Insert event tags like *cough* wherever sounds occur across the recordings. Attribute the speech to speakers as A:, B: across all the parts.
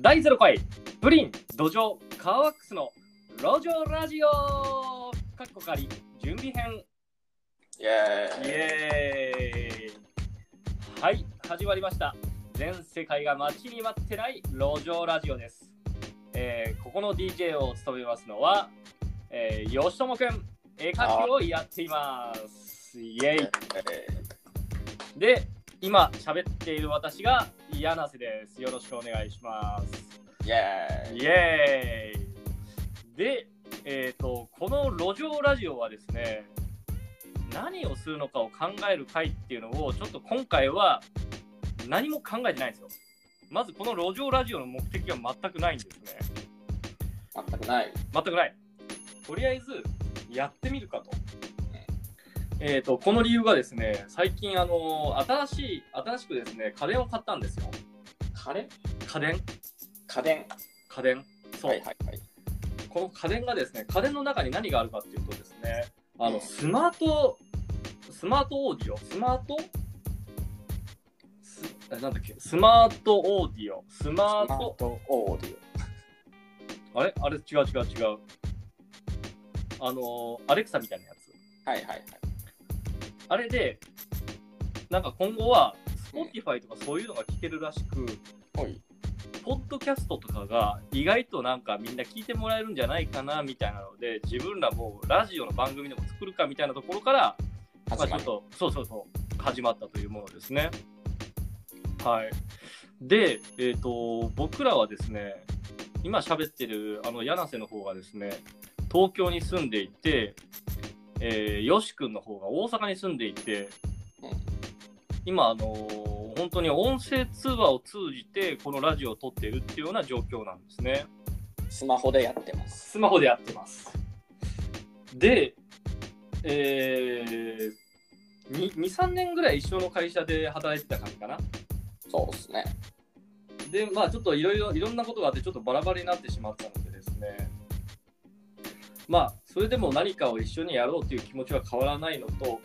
A: 第0回プリン土壌カーワックスの路上ラジオかっこかり準備編
B: イエ
A: イ
B: ーイ
A: エーイはい始まりました全世界が待ちに待ってない路上ラジオです、えーここの DJ を務めますのは、えー、吉友くん絵描きをやっていますイエーイで、今喋っている私が柳瀬です。よろしくお願いします。
B: イエーイ
A: イエーイで、えーと、この路上ラジオはですね、何をするのかを考える会っていうのを、ちょっと今回は何も考えてないんですよ。まずこの路上ラジオの目的は全くないんですね。
B: 全くない。
A: 全くない。とりあえず、やってみるかと。えー、とこの理由がですね、最近、あの新しい、新しくですね、家電を買ったんですよ。
B: 家電
A: 家電
B: 家電。
A: 家電。そう、
B: はいはいはい。
A: この家電がですね、家電の中に何があるかっていうとですね、あ
B: う
A: の、
B: ん
A: スマート、スマートオーディオ、スマートすえなんだっけ、スマートオーディオ、スマー
B: スマ
A: ト
B: ー、トオーディ
A: あれあれ違う違う違う。あのアレクサみたいなやつ。
B: オ。はいはいはい。
A: あれで、なんか今後は、Spotify とかそういうのが聞けるらしく、
B: おい。
A: ポッドキャストとかが意外となんかみんな聞いてもらえるんじゃないかなみたいなので、自分らもラジオの番組でも作るかみたいなところから、まあ
B: 始
A: ち
B: ま
A: ょっ
B: る。
A: と、そうそうそう、始まったというものですね。はい。で、えっ、と、僕らはですね、今喋ってるあの柳瀬の方がですね、東京に住んでいて、えー、よし君の方が大阪に住んでいて、
B: うん
A: 今、あのー本当に音声通話を通じて、このラジオを撮っているっていうような状況なんですね。
B: スマホでやってます。
A: スマホでやってます。で、えー、2、3年ぐらい一緒の会社で働いてた感じかな。
B: そうですね。
A: で、まあちょっといろいろ、いろんなことがあって、ちょっとバラバラになってしまったのでですね、まあそれでも何かを一緒にやろうという気持ちは変わらないのと、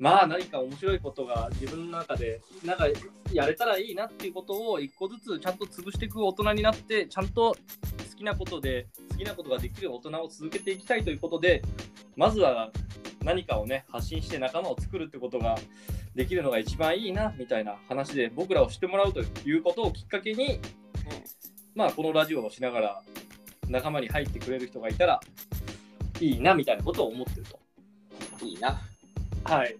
A: まあ何か面白いことが自分の中で、なんかやれたらいいなっていうことを一個ずつちゃんと潰していく大人になって、ちゃんと好きなことで、好きなことができる大人を続けていきたいということで、まずは何かをね、発信して仲間を作るってことができるのが一番いいなみたいな話で僕らを知ってもらうということをきっかけに、まあ、このラジオをしながら仲間に入ってくれる人がいたらいいなみたいなことを思ってると。
B: いいな。
A: はい、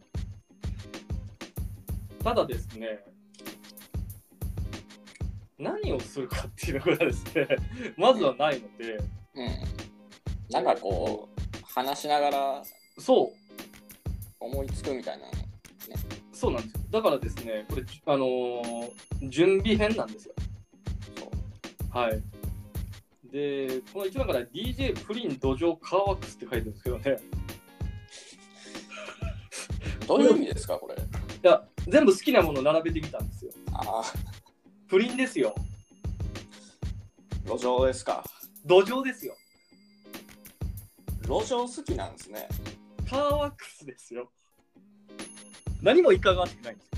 A: ただですね何をするかっていうのがですね *laughs* まずはないので
B: うん。なんかこう、話しながら
A: そう
B: 思いつくみたいなの。
A: そうなんですよだからですねこれ、あのー準備編なんですよ。
B: そう。
A: はい。で、この一番から DJ プリン土壌カーワックスって書いてるんですけどね。
B: どういう意味ですか、これ。
A: いや、全部好きなもの並べてみたんですよ。
B: ああ、
A: プリンですよ。
B: 路上ですか。
A: 土壌ですよ。
B: 路上好きなんですね。
A: カーワックスですよ。何もいかがわしくないんですよ。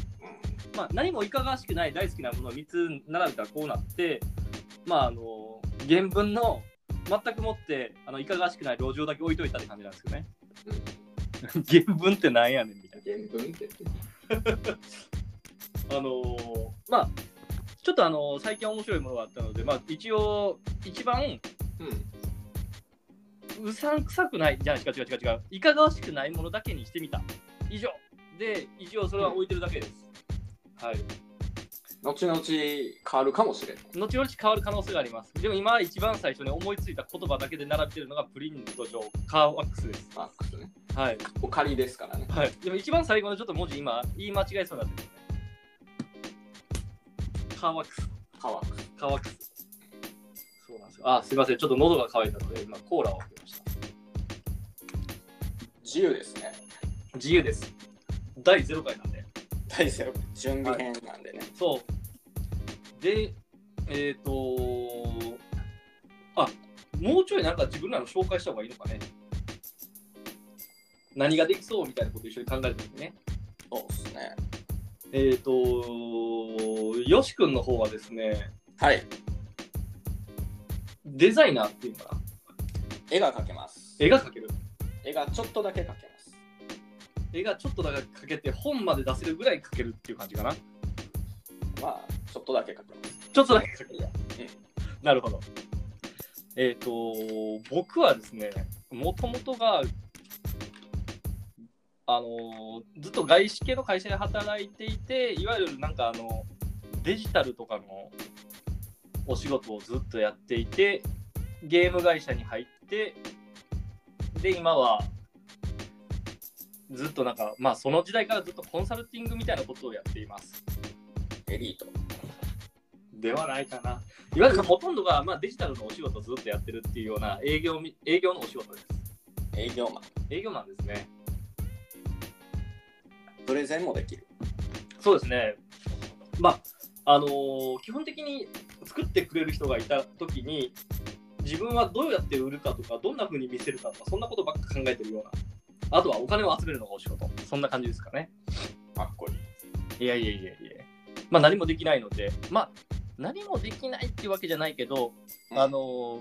B: う
A: まあ、何もいかがわしくない大好きなものを3つ並べたらこうなって、まあ、あの、原文の全くもって、あの、いかがわしくない路上だけ置いといたって感じなんですよね。 *laughs*
B: ん。うん
A: 原文ってなんやねんみたいな。
B: 原文って。
A: あのーまあちょっとあのー最近面白いものがあったので、まあ、一応一番
B: うん。
A: うさんくさくないじゃあ違う違う違う違ういかがわしくないものだけにしてみた以上で一応それは置いてるだけです、はい
B: 後々変わるかもしれない。
A: 後々変わる可能性がありますでも今一番最初に思いついた言葉だけで並べてるのがプリント上カーワックスです
B: マックスね。
A: はい、
B: お借りですからね。
A: はい、でも一番最後のちょっと文字今言い間違えそうになってるよねカーワックス
B: 乾く。
A: 乾く。そうなんですよ。あ、すいません。ちょっと喉が渇いたので、今コーラを開けました。
B: 自由ですね。
A: 自由です。第0回なんで。
B: 大丈夫。準備編なんでね。
A: そう。で、えっ、とあ、もうちょいなんか自分らの紹介した方がいいのかね。何ができそうみたいなことを一緒に考えてみてね。
B: そうですね。
A: えっ、とよし君の方はですね、
B: はい。
A: デザイナーっていうのかな
B: 絵が描けます。
A: 絵が描ける
B: 絵がちょっとだけ描けます。
A: 絵がちょっとだけ描けて本まで出せるぐらい描けるっていう感じかなち
B: まあ、ちょっとだけ描けます。
A: ょっとだけ描ける
B: うん
A: なるほどえっ、と僕はですねもともとがあのずっと外資系の会社で働いていていわゆるなんかあのデジタルとかのお仕事をずっとやっていてゲーム会社に入ってで今はずっとなんかまあその時代からずっとコンサルティングみたいなことをやっています
B: エリート。
A: ではないかな。いわゆるほとんどが、まあ、デジタルのお仕事をずっとやってるっていうような営業み営業のお仕事です。
B: 営業マン。
A: 営業マンですね。
B: プレゼンもできる。
A: そうですね。まあ、あのー基本的に作ってくれる人がいたときに、自分はどうやって売るかとか、どんな風に見せるかとか、そんなことばっか考えてるような。あとはお金を集めるのがお仕事。そんな感じですかね。
B: かっこいい。
A: いやいやいやいや。まあ何もできないので、まあ何もできないっていうわけじゃないけど、
B: うん
A: あの、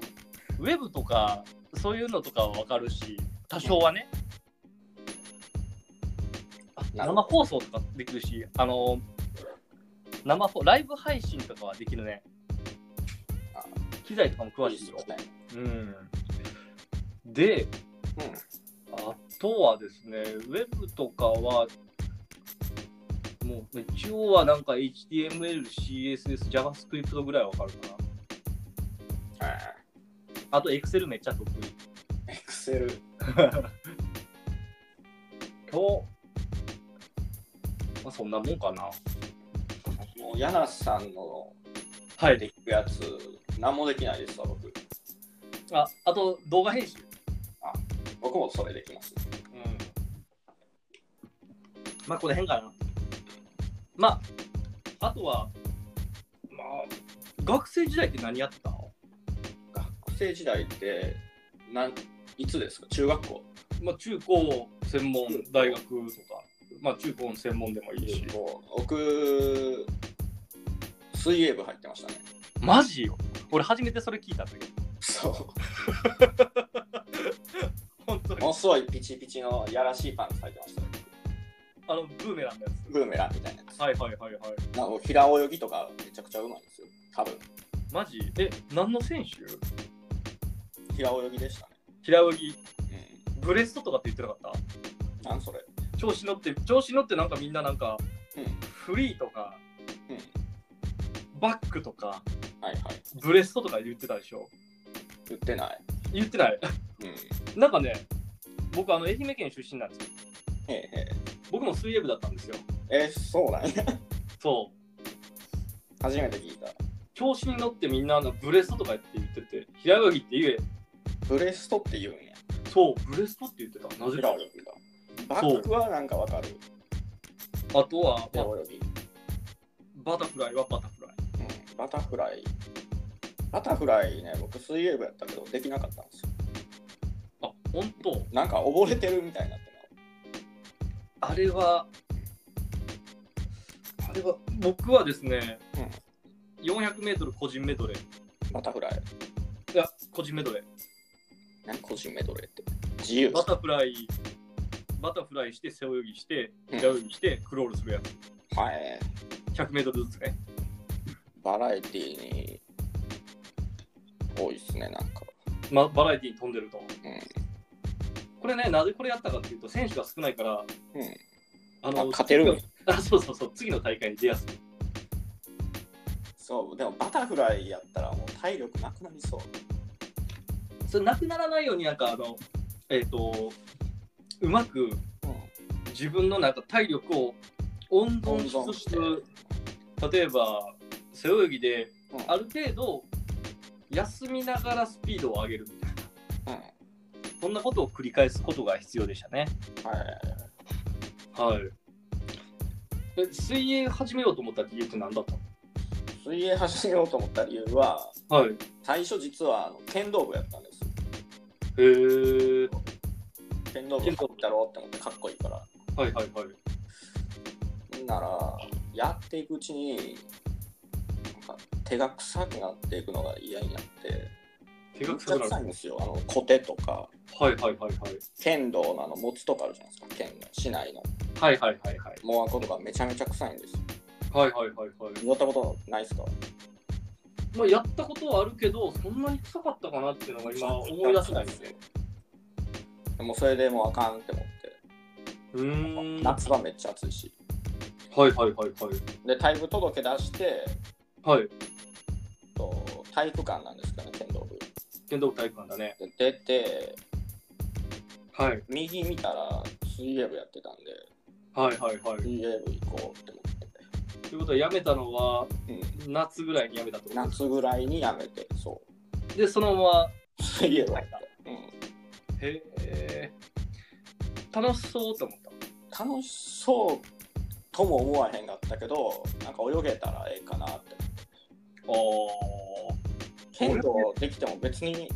A: ウェブとかそういうのとかはわかるし、多少はね。あ
B: なる
A: 生放送とかできるし、あの、生放ライブ配信とかはできるね
B: あ。
A: 機材とかも詳
B: いい
A: し
B: で
A: い
B: す
A: よ
B: よ。ね。
A: うん。で、
B: うん。
A: あとはですね、ウェブとかは、もう一応はなんか HTML、CSS、JavaScript ぐらいわかるかな。あと Excel めっちゃ得意。
B: エクセル。
A: と、まあ、そんなもんかな。
B: もう、柳さんの
A: はい。
B: できるやつ、何もできないですわ、僕。
A: ああと動画編集。
B: 僕もそれできます。
A: うん。まあ、この辺かな。まあ、あとは、まあ、学生時代って何やってた
B: 学生時代って、なんいつですか中学校
A: まあ、中高専門大学とか、まあ、中高の専門でもいいし、
B: もう僕、水泳部入ってましたね。
A: マジよ俺初めてそれ聞いたんだけど
B: そう。
A: 本当
B: も
A: に
B: のすごいピチピチのやらしいパンツ履いてましたよ。
A: あのブーメランのやつ
B: ブーメランみたいなやつ。
A: はいはいはいはい
B: なんか平泳ぎとかめちゃくちゃうまいんですよ。多分
A: マジえ何の選手
B: 平泳ぎでしたね。
A: 平泳ぎ
B: う
A: ブレストとかって言ってなかっ
B: ん。なんそれ。
A: た調子乗って調子乗ってなんかみんななんか
B: うん。
A: フリーとか
B: うん。
A: バックとか
B: はいはい。
A: ブレストとか言ってたでしょ
B: 言ってない。
A: 言ってない
B: うん。え
A: なんかね僕あの愛媛県出身なんですよ
B: ええ
A: 僕も水泳部だったんですよ
B: え。えーそうなんや。
A: そう
B: 初めて聞いた。
A: 調子に乗ってみんなあのブレストとかって言ってて、平泳ぎって言え、
B: ブレストって言うんや。
A: そう、ブレストって言ってた。なぜ
B: 平
A: か
B: 泳。ぎが。バックはなんかわかる。
A: あとは、
B: 平
A: まあ
B: 泳ぎ。
A: バタフライはバタフライ。
B: うん。バタフライ。バタフライね、僕水泳部やったけどできなかったんですよ。
A: あ、本当
B: なんか溺れてるみたいになってな。
A: あれは、あれは、僕はですね、400メートル個人メドレー。
B: バタフライ。
A: いや、個人メドレー。
B: 何個人メドレーって。自由。
A: バタフライ、バタフライして、背泳ぎして、
B: うん
A: 平泳ぎして、クロールするやつ。
B: はい。
A: 100メートルずつね。
B: バラエティーに多いっすね、なんか。
A: ま、バラエティに飛んでると。
B: うん
A: これね、なぜこれやったかっていうと、選手が少ないから、
B: うん
A: あ
B: あ勝てるんや
A: あそうそうそう、次の大会に出やすい。
B: そう、でもバタフライやったらもう体力なくなりそう。
A: それなくならないように、なんか、あの、えっ、と、うまく
B: う
A: 自分のなんか体力を温
B: ん。
A: 存しつつ、例えば、背泳ぎで、
B: うん
A: ある程度、休みながらスピードを上げるみたいな、
B: うん。は
A: そんなことを繰り返すことが必要でしたね。
B: い。
A: はい。え水泳始めようと思った理由って何だった
B: 水泳始めようと思った理由は、
A: のはい。へ
B: 最初実はあの剣道部やったんですよ。
A: え。
B: 剣道部入ったろうって思ってかっこいいから。
A: はいはいはい。
B: なら、やっていくうちに、なんか手が臭くなっていくのが嫌になって、
A: 手が
B: めっち
A: 臭
B: ゃ
A: くな
B: 臭い
A: る。
B: んですよ。あの、コテとか、
A: はいはいはいはい。
B: 剣道のあの、もつとかあるじゃないですか、剣の、市内の。
A: はいはいはいはい。
B: モアコとかめちゃめちゃ臭いんですよ。
A: はいはいはいはい。
B: やったことないですか
A: まあ、やったことはあるけど、そんなに臭かったかなっていうのが今思い出せないですね。
B: でもそれでもうあかんって思って。
A: うーん。はい
B: 夏はめっちゃ暑いし。
A: はいはいはい。
B: で、退部届出して、
A: はい。
B: と体育館なんですけどね、剣道部。
A: 剣道部体育館だね。
B: で、出て、
A: はい
B: 右見たら水泳部やってたんで、
A: はいはいはい。
B: 水泳部行こうって思って。
A: ということは、辞めたのは
B: うん
A: 夏ぐらいに辞めたってこと
B: 夏ぐらいにやめて、そ
A: で、そのまま、
B: う。水泳部やった。うん
A: へえ。楽しそうと思った。
B: 楽しそうとも思わへんかったけどなんか泳げたらええかなって
A: あ
B: 剣道できても別に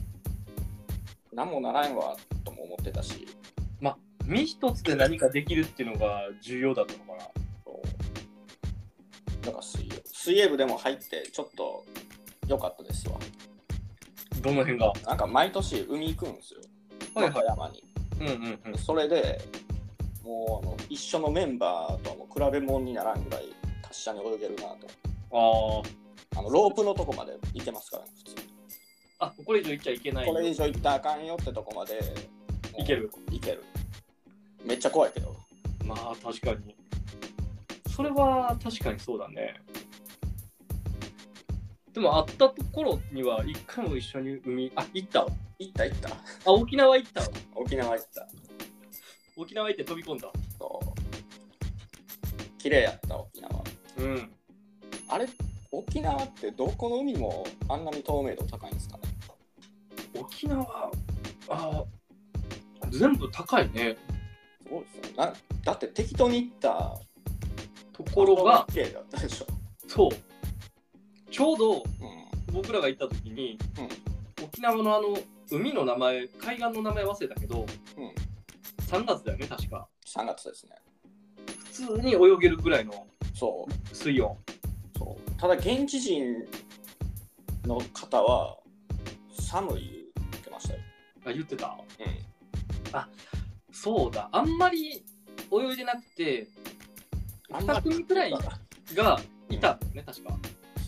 B: 何もならんわとも思ってたし
A: あ。身一つで何かできるっていうのが重要だったのかな。
B: なんか水泳水泳部でも入ってちょっと良かったですわ
A: どの辺が。は
B: なんか毎年海行くんですよ
A: い
B: 和
A: は
B: 歌山に、
A: い。うんうんうん。
B: それでもうあの一緒のメンバーとはもう比べ物にならんぐらい達者に泳げるなと
A: あ
B: あのロープのとこまで行けますからね普通に
A: あ。あ、これ以上言っちゃいけない。
B: これ以上行ったらあかんよってとこまで
A: いける
B: いけるめっちゃ怖いけど
A: まあ確かに。それは確かにそうだね。でも会ったところには一回も一緒に海、あ、行ったわ。
B: 行った行った
A: あ、沖縄行ったわ。
B: 沖縄行った
A: 沖縄行って飛び込んだ。
B: そう綺麗やった沖縄
A: うん。
B: あれ沖縄ってどこの海もあんなに透明度高いんですかね
A: 沖縄、あ全部高いね。
B: すごいですねなだって適当に行った
A: ところが、
B: 綺麗だったでしょ、
A: そう。ちょうど
B: うん、
A: 僕らが行った時に、
B: う
A: 沖縄のあの、海の名前、海岸の名前忘れたけど、
B: うん
A: 3月だよね、確か。
B: 3月ですね
A: 普通に泳げるぐらいの
B: そう
A: 水温。
B: そうただ現地人の方は寒い言ってましたよ、
A: あ、言ってた
B: うん、
A: そうだ、あんまり泳いでなくて、
B: あんま
A: 2組くらいがいたんだよね、確か。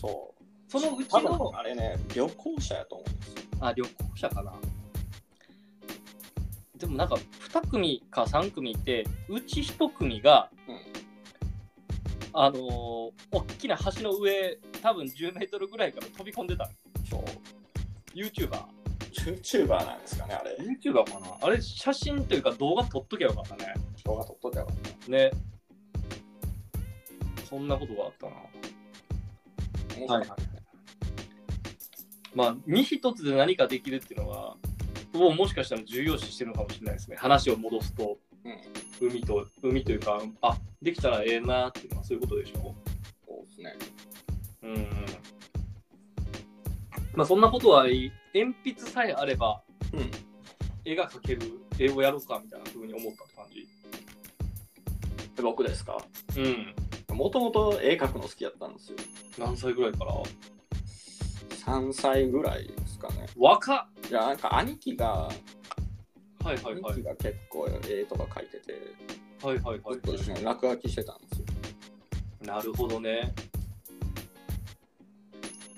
B: そう。
A: そのうち
B: 多
A: の
B: 分あれね、旅行者やと思うんですよ。
A: あ旅行者かな。でもなんか2組か3組いて、うち1組が、
B: うん
A: あのー大きな橋の上、多分10メートルぐらいから飛び込んでた。
B: そう。
A: YouTuber。
B: YouTuber なんですかね、あれ。
A: YouTuber かなあれ、写真というか動画撮っときゃよかったね。
B: 動画撮っといたよ。
A: ね。そんなことがあったな。はい
B: 面白
A: はいはいまあ、身一つで何かできるっていうのは、をもしかしたら重要視してるのかもしれないですね。話を戻すと、
B: うん。
A: 海と、海というか、あできたらええなっていうのはそういうことでしょ
B: そうですね。
A: う。うん。まあ、そんなことはいい、鉛筆さえあれば、
B: うん。
A: 絵が描ける、絵をやろうかみたいなふうに思ったって感じ。
B: で僕ですか
A: うん。
B: もともと絵描くの好きやったんですよ。
A: 何歳ぐらいから
B: 3歳ぐらいですかね。
A: 若っ
B: いや、なんか兄貴が、
A: はいはいは
B: 兄貴
A: い。
B: が結構絵とか描いてて、
A: はいはいは
B: ずっとですね、落書きしてたんですよ。
A: い。なるほどね。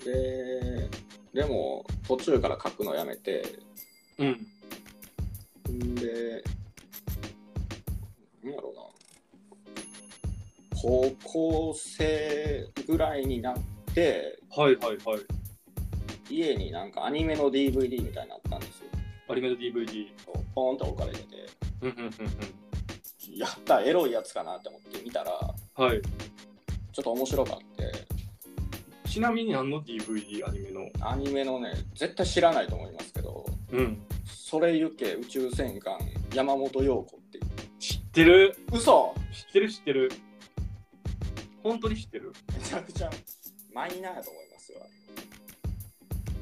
B: で、でも途中から描くのやめて、
A: うん。
B: んで、なんやろうな、高校生ぐらいになって、
A: はいはいはい。
B: 家になんかアニメの DVD みたいになのあったんですよ。
A: アニメの DVD。
B: ポーンと置かれてて、
A: うんうんうん
B: やった、エロいやつかなって思って見たら、
A: うん。はい。
B: ちょっと面白かって、
A: ちなみに何の DVD アニメの
B: アニメのね、絶対知らないと思いますけど、
A: うん。
B: それゆけ宇宙戦艦山本陽子っていう。
A: 知ってる
B: 嘘
A: 知ってる知ってる。本当に知ってる。
B: めちゃくちゃマイナーやと思いますよ。あ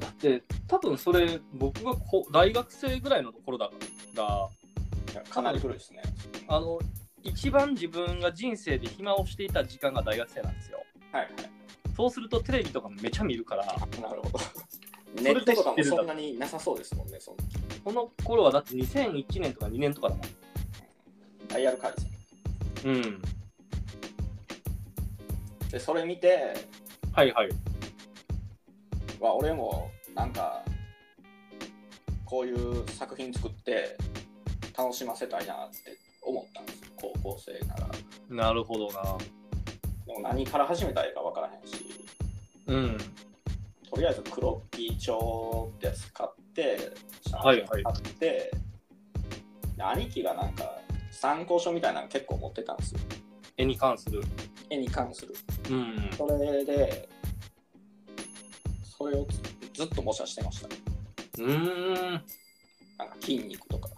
B: れ
A: だって、多分それ、僕がこ大学生ぐらいのところだから、
B: いやかなり古いですね。
A: あの、一番自分が人生で暇をしていた時間が大学生なんですよ。
B: はいはい。
A: そうするとテレビとかめちゃ見るから、
B: なるほど。ネットとかもそんなになさそうですもんね、その
A: この頃はだって2001年とか2年とかだもん。
B: ダイヤル回
A: う
B: 線。
A: ん。
B: で、それ見て、
A: はいはい。
B: は俺もなんかこういう作品作って楽しませたいなって思ったんですよ高校生ならで
A: なるほどな。
B: も何から始めたらいいか分からへんし
A: うん。
B: とりあえずクロッキー帳ってやつ買って
A: はいはい
B: 買ってで兄貴がなんか参考書みたいなの結構持ってたんですよ
A: 絵に関する。
B: 絵に関する
A: うん。
B: それでそれをずっと模写してました
A: うーん。
B: なんか筋肉とか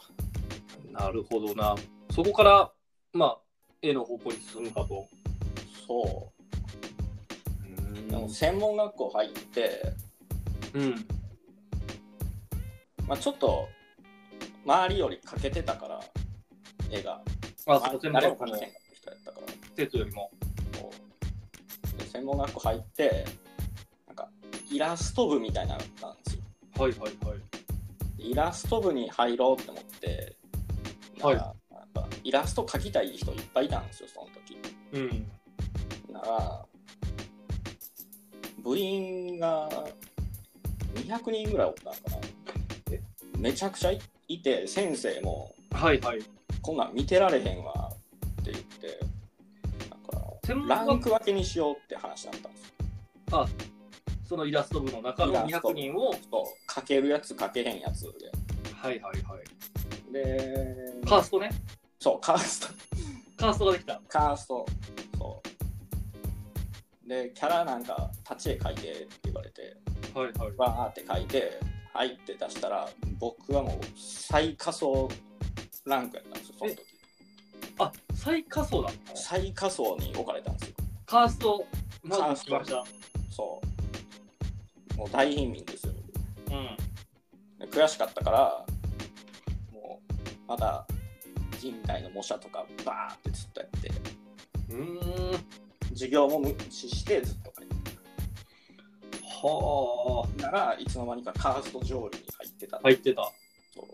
A: なるほどな。そこから、まあ、絵の方向に進むかと。
B: そう
A: う
B: でも
A: ん。
B: 専門学校入って、
A: うん。
B: まあ、ちょっと周りより欠けてたから絵が
A: あ、
B: ま
A: そ
B: あ
A: こ専門
B: 誰も
A: 学校
B: 描け
A: の
B: へんかった人やったから
A: 生徒よりも。
B: こうで専門学校入ってなんかイラスト部みたいなのがあったんですよ
A: はいはいはい。
B: イラスト部に入ろうって思って、
A: はい
B: なんかやっぱイラスト描きたい人いっぱいいたんですよその時
A: うん。
B: なら部員が200人ぐらいおったんかな
A: え
B: めちゃくちゃいいて先生も
A: はいはい。
B: こんなん見てられへんわって言って
A: 専門
B: なんかラン
A: 学
B: ク分けにしようって話だったんですよ
A: そのイラスト部の中の
B: イラスト
A: 200人を。
B: そう書けるやつ書けへんやつ
A: はいはいはい。
B: でで
A: カーストね。
B: そうカースト
A: カーストができた。
B: カーストそうでキャラなんか立ち絵描いてって言われて
A: はいはい。
B: バーって書いて入って出したら僕はもう最下層ランクやったんですよその時
A: あ、最下層だ。
B: 最下層に置かれたんですよ
A: カースト、まず来ました。
B: そうもう大貧民ですよ
A: うん。
B: で悔しかったからもうまた人体の模写とかバーってずっとやって
A: うーん。
B: 授業も無視してずっと書いて
A: はあ。
B: ならいつの間にかカースト上位に入ってた、
A: 入ってた。
B: そう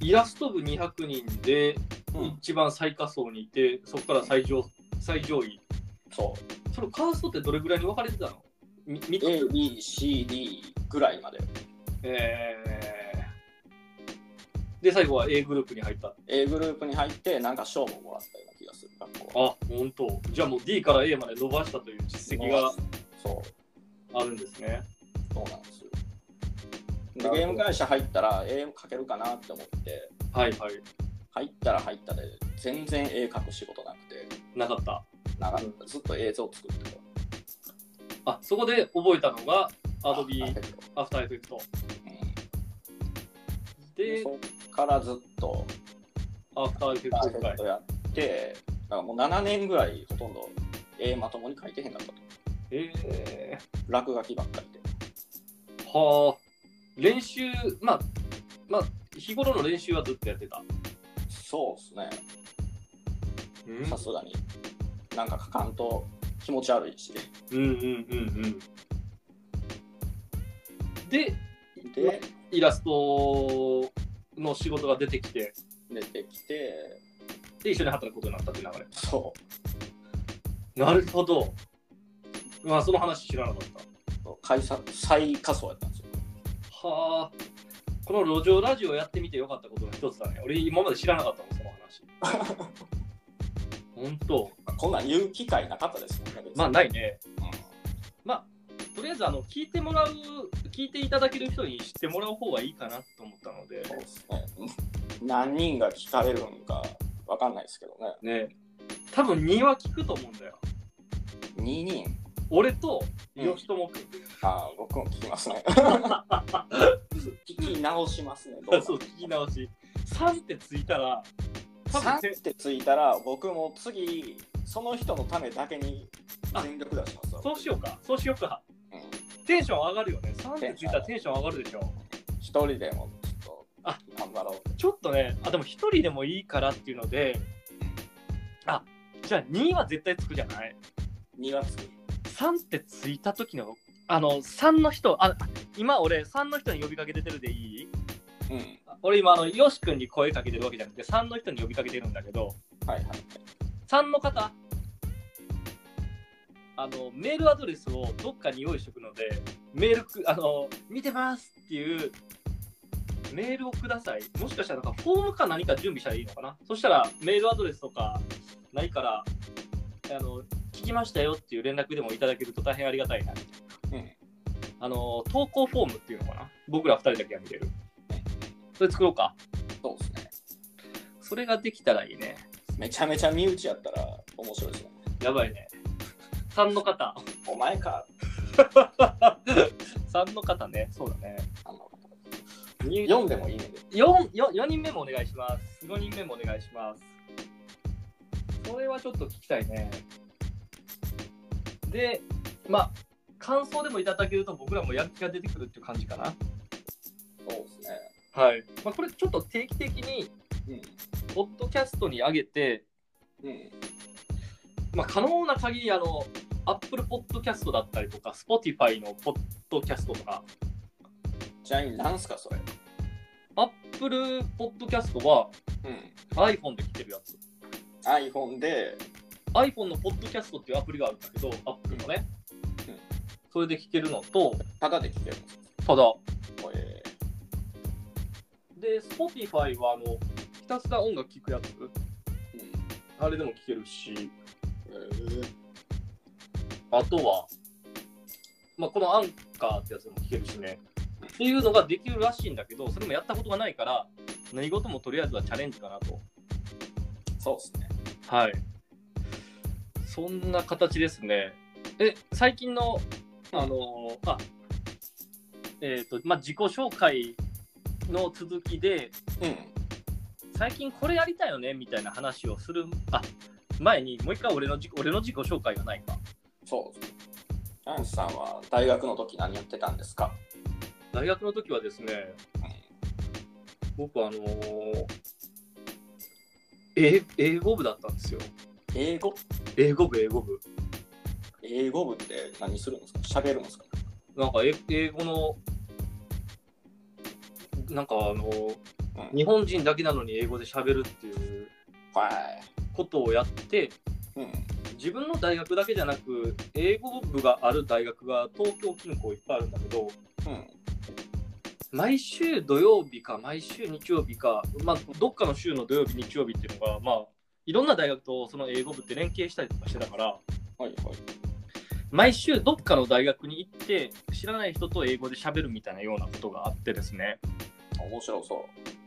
A: イラスト部200人で、
B: うん
A: 一番最下層にいて、そこから最上最上位。
B: そ
A: そのカーストってどれぐらいに分かれてたのみ見
B: う
A: て
B: ABCD ぐらいまで
A: えーで、最後は A グループに入った。あ、
B: A グループに入ってなんか賞ももらったような気がする学校は
A: 本当。じゃあもう D から A まで伸ばしたという実績が
B: そう
A: あるんですね。
B: そうなんですよ
A: なるほ
B: で
A: ど
B: ゲーム会社入ったら絵描けるかなって思って
A: はいはい。
B: 入ったら入ったで全然絵描く仕事なくて
A: なかった。
B: なんかずっと映像作ってた
A: あ、そこで覚えたのが Adobe
B: だけど
A: After Effects。
B: うんで
A: で
B: そ、っからずっと
A: After
B: アー
A: Effects
B: テ
A: 会
B: クトやってだからもう7年ぐらいほとんど絵まともに描いてへんかったと
A: え
B: 落書きばっかりで
A: ー、はあ。練習、まあ、まあ、日頃の練習はずっとやってた。
B: そうっすね
A: うん
B: さすがになんか書かんと気持ち悪いし
A: うんうんうんうん。で、
B: で
A: イラストの仕事が出てきて、
B: 出てきて
A: で、一緒に働くことになったって流
B: そう
A: れ。なるほど。まあ、その話知らなかっ
B: 解散最下層やったんですよ。
A: た。はあ。この路上ラジオやってみてよかったことの一つだね。俺、今まで知らなかったもん、その話。 *laughs* 本当。
B: こんなん言う機会なかったですもんね。
A: まあ、
B: あ、
A: ないね。まあ、とりあえず、あの、聞いてもらう、聞いていただける人に知ってもらう方がいいかなと思ったので。
B: そうですね。 *laughs* 何人が聞かれるのかわかんないですけどね。
A: ね。多分、2は聞くと思うんだよ。
B: 2人
A: 俺と、よしともくん。
B: あー僕も聞きま
A: *laughs*
B: すね。聞き直しますね。どう
A: そう、聞き直し。3ってついたら、多分
B: 3ってついたら僕も次その人のためだけに全力出しますわ
A: そうしようか、そうしようか。
B: うん。
A: テンション上がるよね。3ってついたらテンション上がるでしょ。
B: 一人でもちょっ
A: あ
B: と頑張ろう。
A: ちょっとね、あ、でも1人でもいいからっていうので、あ、じゃあ2は絶対つくじゃない
B: 2はつく。
A: ?3 ってついた時のあの、3の人、あ、今俺3の人に呼びかけてるでいい
B: うん。
A: 俺今、あの、よし君に声かけてるわけじゃなくて、3の人に呼びかけてるんだけど、
B: はいはい。
A: 3の方、あの、メールアドレスをどっかに用意しておくので、メールく、あの、見てますっていうメールをください。もしかしたらなんかフォームか何か準備したらいいのかなそしたらメールアドレスとかないから、あの、聞きましたよっていう連絡でもいただけると大変ありがたいな。
B: うん。
A: あの、投稿フォームっていうのかな僕ら2人だけが見れる。それ作ろうか。
B: そうですね。
A: それができたらいいね。
B: めちゃめちゃ身内やったら面白いですね。
A: やばいね。3の方。
B: お前か。
A: 3の方ね。そうだね。
B: あの
A: に
B: 読んでもいいねで。
A: 4, 4, 4人目もお願いします。5人目もお願いします。それはちょっと聞きたいね。で、まあ、感想でもいただけると僕らもやる気が出てくるっていう感じかな。
B: そうですね。
A: はい。まあ、これちょっと定期的に、
B: うん
A: ポッドキャストに上げて、
B: うん
A: まあ、可能な限り、あの、Apple Podcast だったりとか、Spotify のポッドキャストとか、
B: ちなみに何すかそれ。
A: Apple Podcast は
B: うん。
A: iPhone で聞けるやつ。
B: iPhone で、
A: iPhone のポッドキャストっていうアプリがあるんだけど、Apple のね、
B: うん
A: それで聞けるのと、
B: ただで聞けるんです
A: ただ、
B: よ。え
A: で、Spotify はあのひたすら音楽聴くやつ、
B: ーうん
A: あれでも聞けるし、
B: えー
A: あとは、まあ、このアンカーってやつでも聞けるしね。っていうのができるらしいんだけど、それもやったことがないから、何事もとりあえずはチャレンジかなと。
B: そうですね。
A: はい。そんな形ですね。え、最近の、あの、あ、えっ、と、まあ、自己紹介の続きで、
B: うん。
A: 最近これやりたいよねみたいな話をする、あ、前にもう一回俺の自俺の自己紹介がないか。
B: そうですね。ジャンスさんは大学の時何やってたんですか
A: 大学の時はですね、僕あのー、英英語部だったんですよ。
B: 英語
A: 英語部、英語部。
B: 英語部って何するんですか喋るんですか
A: なんかえ英語のなんかあの
B: うん。
A: 日本人だけなのに英語で喋るっていう
B: は
A: ことをやって
B: い。うん。
A: 自分の大学だけじゃなく英語部がある大学が東京近郊いっぱいあるんだけど
B: うん。
A: 毎週土曜日か毎週日曜日か、まあ、どっかの週の土曜日日曜日っていうのがまあいろんな大学とその英語部って連携したりとかしてたから
B: はいはい。
A: 毎週どっかの大学に行って知らない人と英語で喋るみたいなようなことがあってですね
B: 面白そ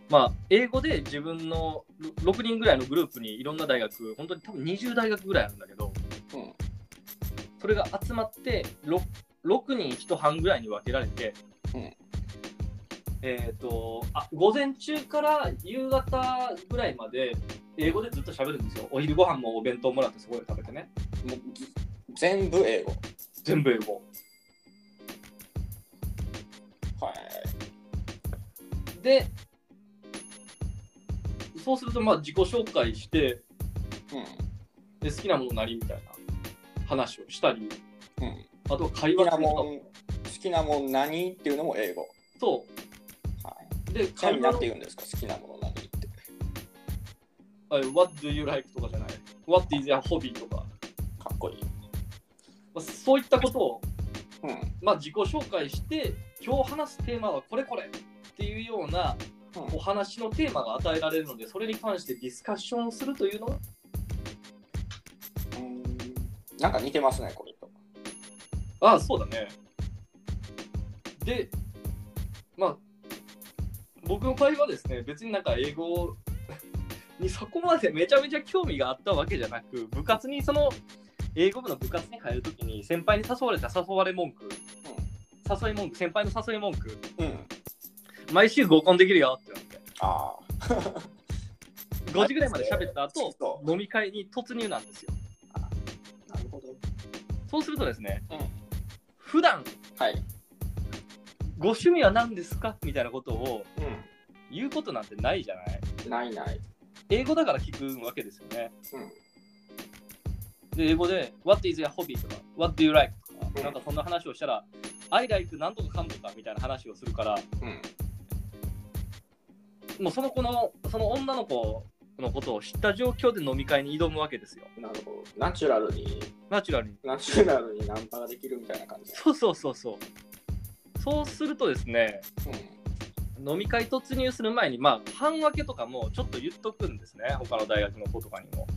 A: まあ、英語で自分のろ6人ぐらいのグループにいろんな大学、本当に多分20大学ぐらいあるんだけど、
B: う。うん。
A: それが集まって 6, 6人1班ぐらいに分けられて、
B: うん
A: えっ、とあ、午前中から夕方ぐらいまで英語でずっと喋るんですよ。お昼ご飯もお弁当もらってそこで食べてね。
B: もうぎ全部英語。
A: 全部英語。
B: はい。
A: で、そうするとまあ自己紹介して、
B: うん。
A: で好きなものなりみたいな話をしたり、
B: うん。
A: あとは会
B: 好
A: 話
B: きな
A: するとか
B: もん、好きなもん何っていうのも英語。
A: そ
B: はい。
A: う。で、
B: ちな
A: 会話
B: みに何
A: の
B: て言うんですか好きなもの何って。
A: あ What do you like? とかじゃない。What is your hobby? とか。
B: かっこいい。
A: まあ、そういったことを、
B: うん。
A: まあ、自己紹介して、今日話すテーマはこれこれっていうような
B: うん
A: お話のテーマが与えられるので、それに関してディスカッションをするというのを
B: うんなんか似てますね、これと。
A: ああ、そうだね。で、まあ、僕の場合はですね、別になんか英語 *laughs* にそこまでめちゃめちゃ興味があったわけじゃなく、部活にその、英語部の部活に入るときに、先輩に誘われた誘われ文句、誘い文句、先輩の誘い文句、
B: うん。
A: 毎週合コンできるよって言われて、
B: あ
A: 5時ぐらいまで喋った
B: あ。
A: 後、
B: そ
A: 飲み会に突入なんですよ。
B: う。なるほど。
A: そうするとですね、
B: うん。
A: 普段
B: はい。
A: ご趣味は何ですかみたいなことを
B: う
A: 言うことなんてないじゃない
B: ん。ないない。
A: 英語だから聞くわけですよね。
B: うん。
A: で、英語で、What is your hobby? とか、What do you like? と
B: う
A: か、
B: ん
A: なんかそんな話をしたら、アイライク何とかかんとかみたいな話をするから、
B: うん。
A: もうその子の、その女の子のことを知った状況で飲み会に挑むわけですよ。
B: なるほど。ナチュラルに、
A: ナチュラルに。
B: ナチュラルにナンパができるみたいな感じ。
A: そうそうそうそう。そうするとですね、
B: うん。
A: 飲み会突入する前に、まあ、半分けとかもちょっと言っとくんですね、他の大学の子とかにも。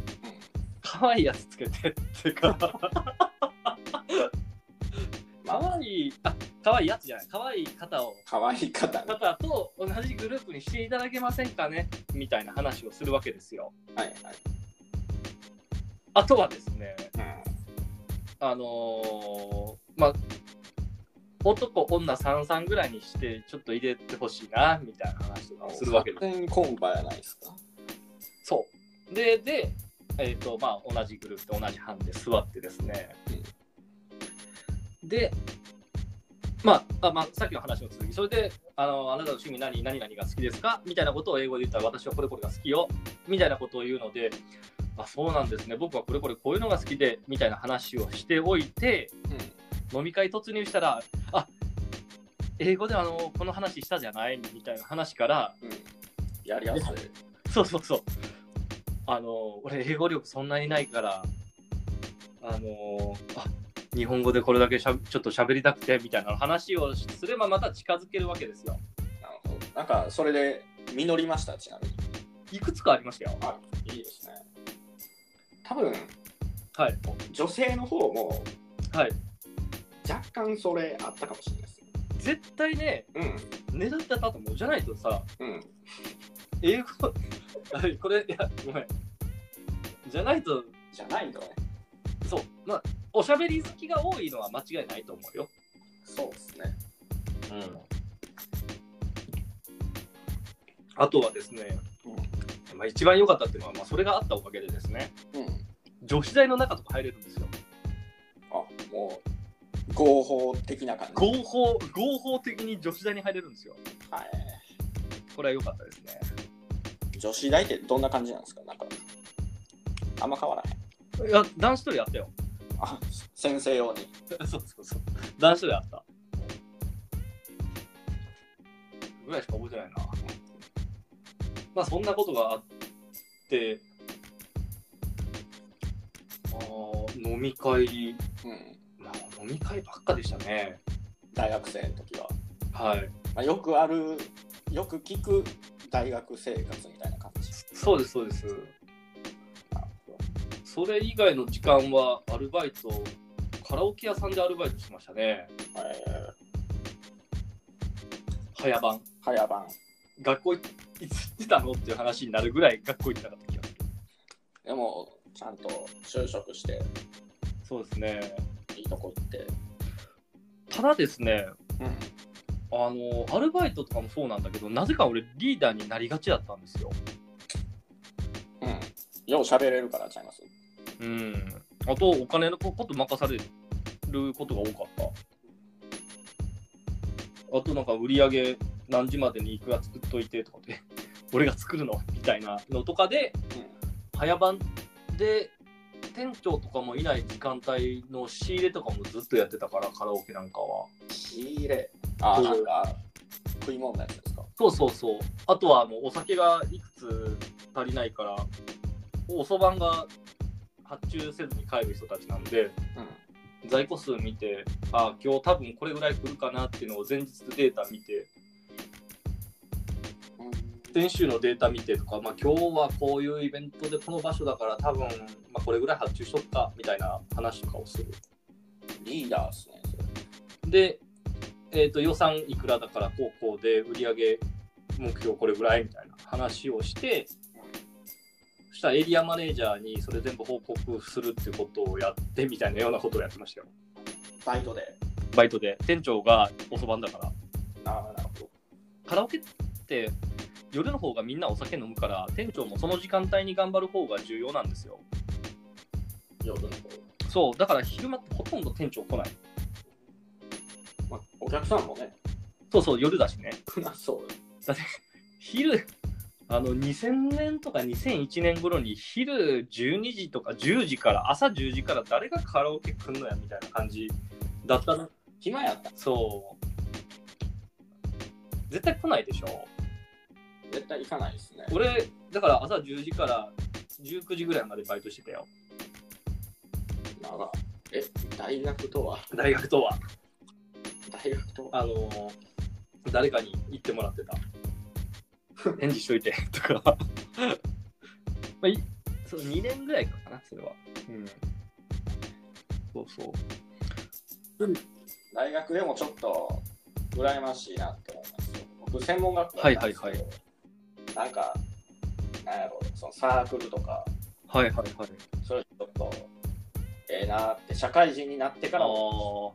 A: 可愛いやつつけてっていうか、可愛い、あ可愛いやつじゃない、可愛い方を、
B: 可愛い方ね。
A: 方と同じグループにしていただけませんかねみたいな話をするわけですよ。
B: はい
A: あとはですね、
B: はい。
A: あのーまあ、男、女、三々ぐらいにして、ちょっと入れてほしいな、みたいな話とか
B: う
A: を
B: ん。
A: するわけです
B: 完全にコンパやないですか。
A: そう。で、で、えっ、と、まあ、同じグループで同じ班で座ってですね。で、まあ、あまあ、さっきの話の続き、それで、あの、あなたの趣味何、何々が好きですかみたいなことを英語で言ったら、私はこれこれが好きよ、みたいなことを言うので、あ、そうなんですね、僕はこれこれこういうのが好きで、みたいな話をしておいて、
B: うん。
A: 飲み会突入したら、あ英語であの、この話したじゃないみたいな話から、
B: うん。やりやすい。
A: そうそうそう。あの、俺、英語力そんなにないから、あの、あ日本語でこれだけしゃちょっと喋りたくてみたいな話をすればまた近づけるわけですよ。
B: なるほど。なんか、それで実りました、ちなみに。
A: いくつかありましたよ。
B: あ、いいですね。多分、
A: はい。
B: 女性の方も
A: はい。
B: 若干それあったかもしれないですね。
A: 絶対ね、狙ってたと思う。じゃないとさ、
B: うん。うん。
A: 英語、 *laughs* はいこれ、いや、ごめん。じゃないと、
B: じゃないとね。
A: そう、まあ、おしゃべり好きが多いのは間違いないと思うよ。
B: そうですね。
A: あとはですね、まあ、一番良かったっていうのは、まあ、それがあったおかげでですね、
B: うん。
A: 女子大の中とか入れるんですよ。
B: あ、もう、合法的な感じ。
A: 合法、合法的に女子大に入れるんですよ。
B: は
A: これは良かったですね。
B: い。女子大ってどんな感じなんですかなんか、あんま変わらへん。
A: いや、男子トイレあったよ。 *laughs*
B: あ、先生用に。
A: そうそうそう。男子トイレあった。ぐらいしか覚えてないな。まあ、そんなことがあって、あー飲み会
B: うん。
A: まあ、飲み会ばっかでしたね。
B: 大学生の時は。
A: はい。
B: まあ、よくある、よく聞く大学生活みたいな感じ。
A: そうです、そうです。
B: なるほど
A: それ以外の時間はアルバイト、カラオケ屋さんでアルバイトしてましたね。
B: えー、
A: 早番。
B: 早番。
A: 学校いいつ行ってたのっていう話になるぐらい学校行ってなかった気がする。
B: でも、ちゃんと就職して、
A: そうですね。
B: いいとこ行って。
A: ただですね、
B: うん。
A: あの、アルバイトとかもそうなんだけど、なぜか俺リーダーになりがちだったんですよ。
B: うん。よう喋れるからちゃいます。
A: うん。あと、お金のこと任されることが多かった。あと、なんか売り上げ何時までにいくら作っといて *laughs* とかで、俺が作るのみたいなのとかで、早番で店長とかもいない時間帯の仕入れとかもずっとやってたから、カラオケなんかは。
B: 仕入れ。あ、
A: うん
B: なんか、食い物のやつですか。
A: そうそうそう。あとはあのお酒がいくつ足りないから、遅番が発注せずに帰る人たちなんで、
B: うん。
A: 在庫数見て、あ今日多分これぐらい来るかなっていうのを前日データ見て、先週のデータ見てとか、まあ、今日はこういうイベントでこの場所だから多分、まあ、これぐらい発注しとくかみたいな話とかをする。
B: リーダーっすね、それ。
A: で、えー、と予算いくらだからこうこうで売り上げ目標これぐらいみたいな話をして、そしたらエリアマネージャーにそれ全部報告するっていうことをやってみたいなようなことをやってましたよ。
B: バイトで。
A: バイトで。店長が遅番だから。
B: なあなるほど。
A: カラオケって夜の方がみんなお酒飲むから店長もその時間帯に頑張る方が重要なんですよ
B: 夜の方。
A: そうだから昼間ってほとんど店長来ない
B: まあ、お客さんもね、
A: そうそう夜だしね
B: そう。
A: 昼あの2000年とか2001年頃に昼12時とか10時から朝10時から誰がカラオケ来んのやみたいな感じだった
B: 暇やった
A: そう絶対来ないでしょ
B: 絶対行かないですね
A: 俺だから朝10時から19時ぐらいまでバイトしてたよ
B: 長いえ大学とは
A: 大学とは
B: 大学とは
A: あのー誰かに言ってもらってた *laughs* 返事しと *laughs* いてとかまあいそう2年ぐらいかなそれはうんそうそう
B: 大学でもちょっと羨ましいなって思いますよ僕専門学校なんですけど
A: はいはい
B: なんかなんやろそのサークルとか
A: はいはいはい
B: それちょっとええなって社会人になってから
A: あ
B: も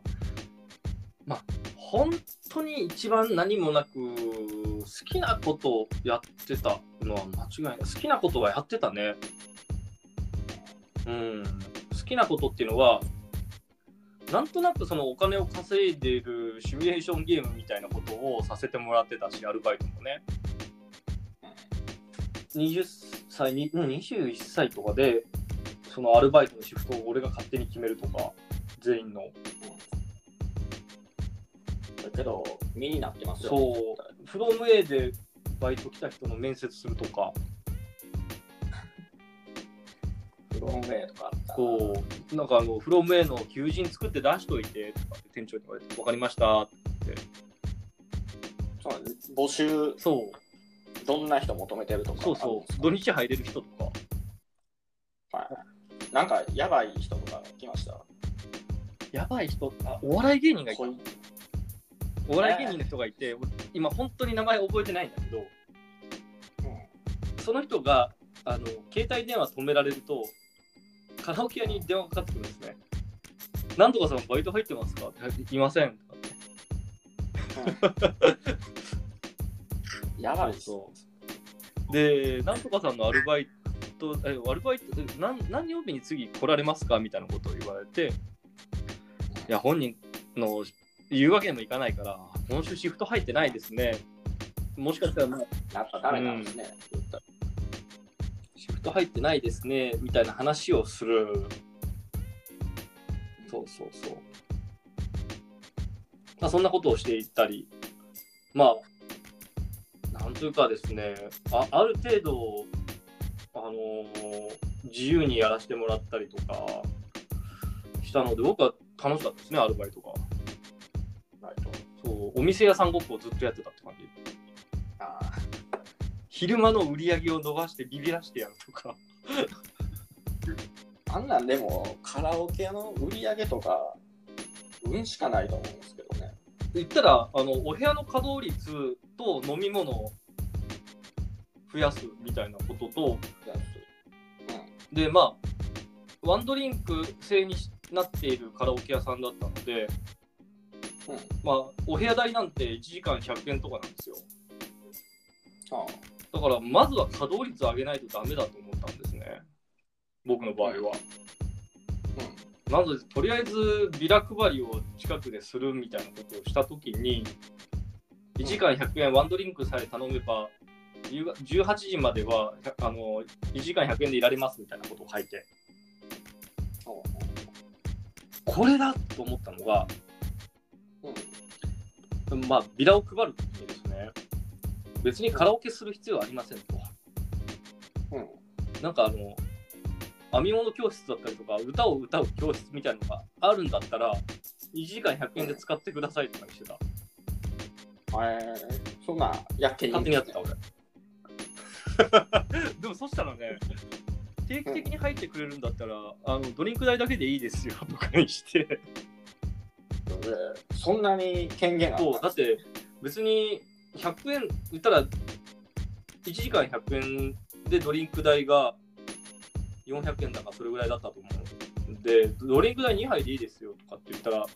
A: ーまあ本当に一番何もなく好きなことをやってたのは間違いない好きなことはやってたねうん好きなことっていうのはなんとなくそのお金を稼いでるシミュレーションゲームみたいなことをさせてもらってたしアルバイトもね20歳にうん21歳とかでそのアルバイトのシフトを俺が勝手に決めるとか全員の
B: だけど身になってますよ
A: そう、フロム A でバイト来た人の面接するとか、
B: フロンウェイとかあったら
A: こう、なんかあの、フロム A の求人作って出しといてとかって店長に言われて、分かりました。
B: そう募集
A: そう、
B: どんな人求めてるとか
A: そうそう、
B: ある
A: 土
B: んです
A: 日入れる人とか、
B: かはいなんかやばい人とか来ました
A: やばい人、あお笑い芸人がいた
B: こ。ういう
A: お笑い芸人の人がいて、俺今、本当に名前覚えてないんだけど、
B: うん
A: その人が、あの、携帯電話止められると、カラオケ屋に電話かかってくるんですね。なんとかさん、バイト入ってますかっていません。とかって
B: やばいっす
A: そうで、なんとかさんのアルバイト、えアルバイトえなん、何曜日に次来られますかみたいなことを言われて、いや、本人の言うわけにもいかないから、今週シフト入ってないですね。もしかしたら、まあ
B: やっぱダメなんですね、言ったら
A: シフト入ってないですね、みたいな話をする。そうそうそう。まあ、そんなことをしていったり、まあ、なんというかですね、あある程度、あのー自由にやらせてもらったりとかしたので、僕は楽しかったですね、アルバイトが。
B: バイト
A: そう、お店屋さんごっこをずっとやってたって感じ。
B: ああ
A: 昼間の売り上げを伸ばしてビビらしてやるとか。
B: あんなんでもカラオケの売り上げとか運しかないと思うんですけどね。
A: 言ったらあのお部屋の稼働率と飲み物を増やすみたいなこととでまあワンドリンク制になっているカラオケ屋さんだったので、
B: うん。うん。
A: まあ、お部屋代なんて1時間100円とかなんですよ
B: ああ
A: だからまずは稼働率上げないとダメだと思ったんですね僕の場合は。
B: う
A: なのでとりあえずビラ配りを近くでするみたいなことをした時に1時間100円ワンドリンクさえ頼めば夕が18時まではひゃあの1時間100円でいられますみたいなことを書いて
B: ん。おう
A: これだと思ったのが、
B: うん。
A: まあ、ビラを配る時にですね別にカラオケする必要はありませんと
B: うん。
A: なんかあの編み物教室だったりとか歌を歌う教室みたいなのがあるんだったら1時間100円で使ってくださいとかにしてた
B: えー、そんなんやっていい
A: 勝手にやってた俺 *laughs* でもそしたらね定期的に入ってくれるんだったら、あのドリンク代だけでいいですよ *laughs* とかにして
B: えーそんなに権限あ
A: そう
B: った
A: だって別に100円言ったら1時間100円でドリンク代が400円だかそれぐらいだったと思うのでドリンク代2杯でいいですよとかって言ったら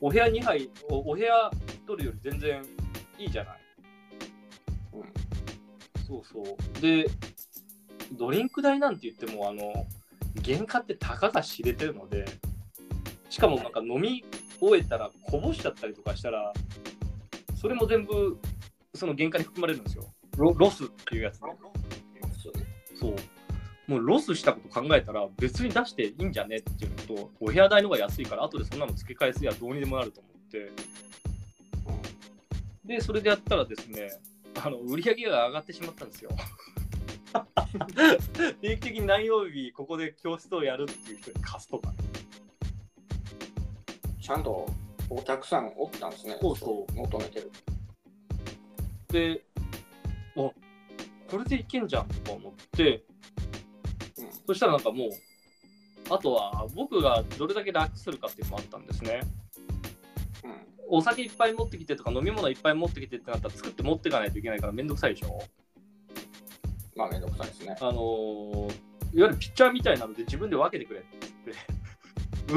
A: お部屋2杯おお部屋取るより全然いいじゃない
B: うん。
A: そうそう。で、ドリンク代なんて言っても、あの、原価ってたかが知れてるので、しかもなんか飲み終えたらこぼしちゃったりとかしたら、それも全部、その原価に含まれるんですよ。ロロスっていうやつね。
B: そうね
A: そう。もうロスしたこと考えたら、別に出していいんじゃねっていうのと、お部屋代の方が安いから、後でそんなの付け返すやどうにでもなると思っって、で、それでやったらですね、あの売り上げが上がってしまったん *laughs* ですよ。定期的に何曜日ここで教室をやるっていう人に貸すとかね、
B: ちゃんとお客さんおったんですね。
A: そうそう
B: 求めてる。
A: で、あこれでいけんじゃんとか思って、
B: うん
A: そしたらなんかもう、あとは僕がどれだけ楽するかっていうのもあったんですね。
B: うん
A: お酒いっぱい持ってきてとか飲み物いっぱい持ってきてってなったら作って持っていかないといけないからめんどくさいでしょ。
B: まあ、めんどくさいですね。
A: あのーいわゆるピッチャーみたいなので自分で分けてくれって言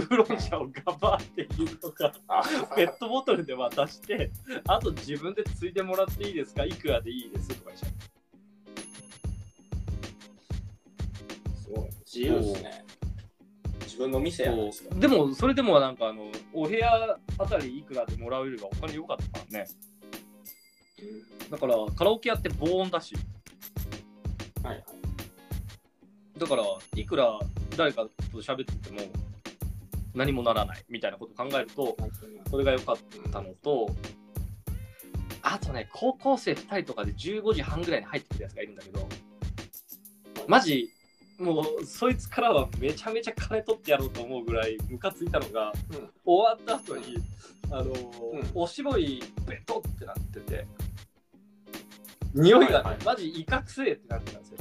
A: って、ウーロン茶をガバーって入れるとか、
B: あ、
A: ペットボトルで渡して、あと自分でついでもらっていいですか、いくらでいいですとかにしちゃう
B: すごい。自由ですね。自分の店やなんですか
A: でも、それでもなんかあの、お部屋あたりいくらでもらうよりはお金良かったからね。だから、カラオケやって防音だし、
B: はいはい。
A: だから、いくら誰かと喋ってても、何もならないみたいなことを考えると、それが良かったのと、あとね、高校生2人とかで15時半ぐらいに入ってくるやつがいるんだけど、マジ、もうそいつからはめちゃめちゃ金取ってやろうと思うぐらいムカついたのが、
B: うん
A: 終わった後に、あのー
B: うん
A: おしぼりベトってなってて、匂いが、ね
B: はいはい
A: マジ威嚇せえってなってたんですよ。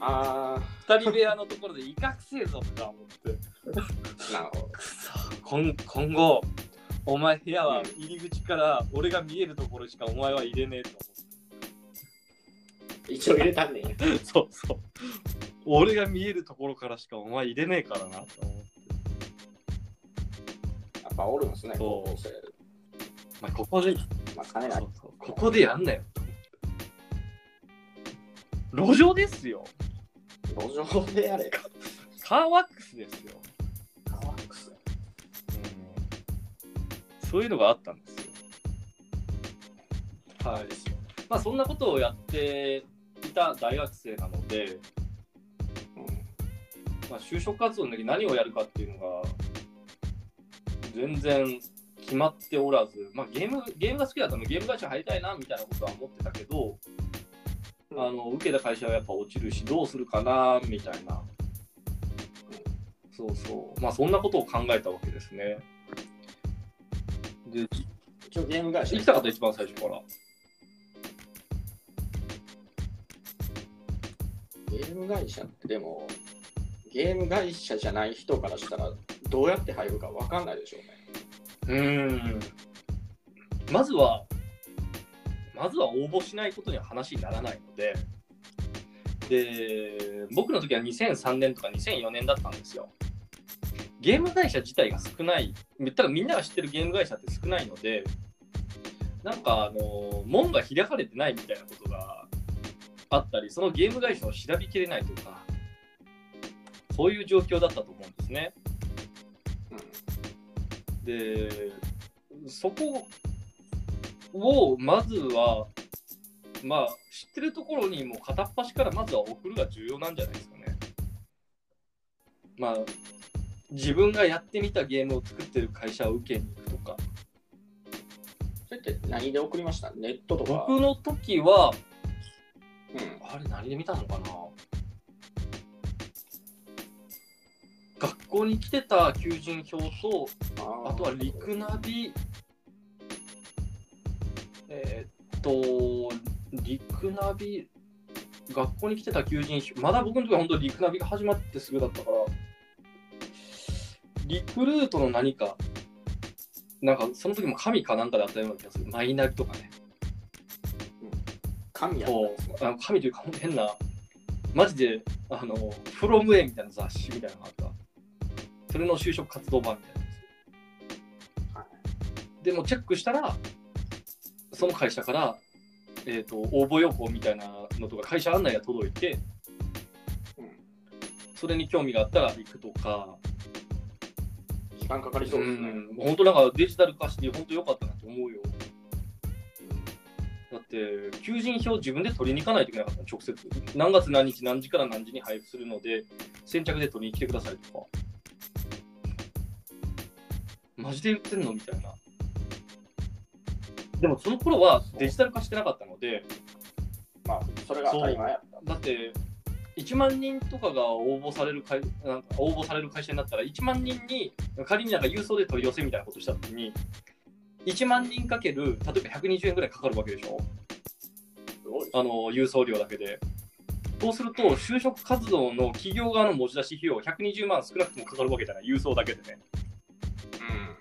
B: あ
A: 二人部屋のところで威嚇せえぞとか思って。
B: ー、なるほど。
A: くそ今今後お前部屋は入り口から俺が見えるところしかお前は入れねえと
B: 一応入れたんねんや。
A: 思ってそうそう俺が見えるところからしかお前入れねえからなと思って
B: やっぱおるんですね、
A: そう
B: 高校生。
A: まあここで
B: まあ、金な
A: そ。
B: いう
A: そうここでやんなよと思って路上ですよ
B: 路上でやれ。
A: カーワックスですよ、
B: カワックス。
A: そういうのがあったんですよはいまあそんなことをやっていた大学生なので、
B: うん
A: まあ、就職活動の時何をやるかっていうのが全然決まっておらず、まあ、ゲームゲームが好きだったのでゲーム会社入りたいなみたいなことは思ってたけど、あの受けた会社はやっぱ落ちるしどうするかなみたいな、そうそうまあそんなことを考えたわけですねで
B: 一応ゲーム会社
A: 生きた方一番最初から
B: ゲーム会社ってでも、ゲーム会社じゃない人からしたら、どうやって入るか分かんないでしょうね。
A: うーんまずは、まずは応募しないことには話にならないので、で、僕の時は2003年とか2004年だったんですよ。ゲーム会社自体が少ない、言ったらみんなが知ってるゲーム会社って少ないので、なんかあの、門が開かれてないみたいなことがあったり、そのゲーム会社を調べきれないとか、そういう状況だったと思うんですね。でそこをまずはまあ知ってるところにもう片っ端からまずは送るが重要なんじゃないですかね。まあ自分がやってみたゲームを作ってる会社を受けに行くとか
B: それって何で送りましたネットとか。
A: 僕の時は
B: うん。
A: あれ何で見たのかな学校に来てた求人票と
B: あ
A: あとはリクナビ、えーっと、リクナビ、学校に来てた求人誌、まだ僕の時は本当リクナビが始まってすぐだったから、リクルートの何か、なんかその時も神かなんかであったような気がする、マイナビとかね、
B: 神やったんですね
A: あの神というか、ほんと変な、マジで、あの、フロムエみたいな雑誌みたいなのがあった、それの就職活動版みたいなやつ。
B: はい
A: でもチェックしたら、その会社から、えー、と応募要項みたいなのとか、会社案内が届いて、
B: うん
A: それに興味があったら行くとか、
B: 時間かかりそうですね。
A: ん本当なんかデジタル化して、本当良かったなと思うよ。だって、求人票自分で取りに行かないといけなかったの、直接。何月何日、何時から何時に配布するので、先着で取りに来てくださいとか。マジで言ってんのみたいな。でもその頃はデジタル化してなかったので、
B: まあ、それが当たり前やった。
A: だって1万人とかが応募される会なんか応募される会社になったら1万人に仮になんか郵送で取り寄せみたいなことした時に1万人かける例えば120円ぐらいかかるわけでしょ
B: すごいです
A: あの郵送料だけでそうすると就職活動の企業側の持ち出し費用120万少なくともかかるわけじゃない郵送だけでね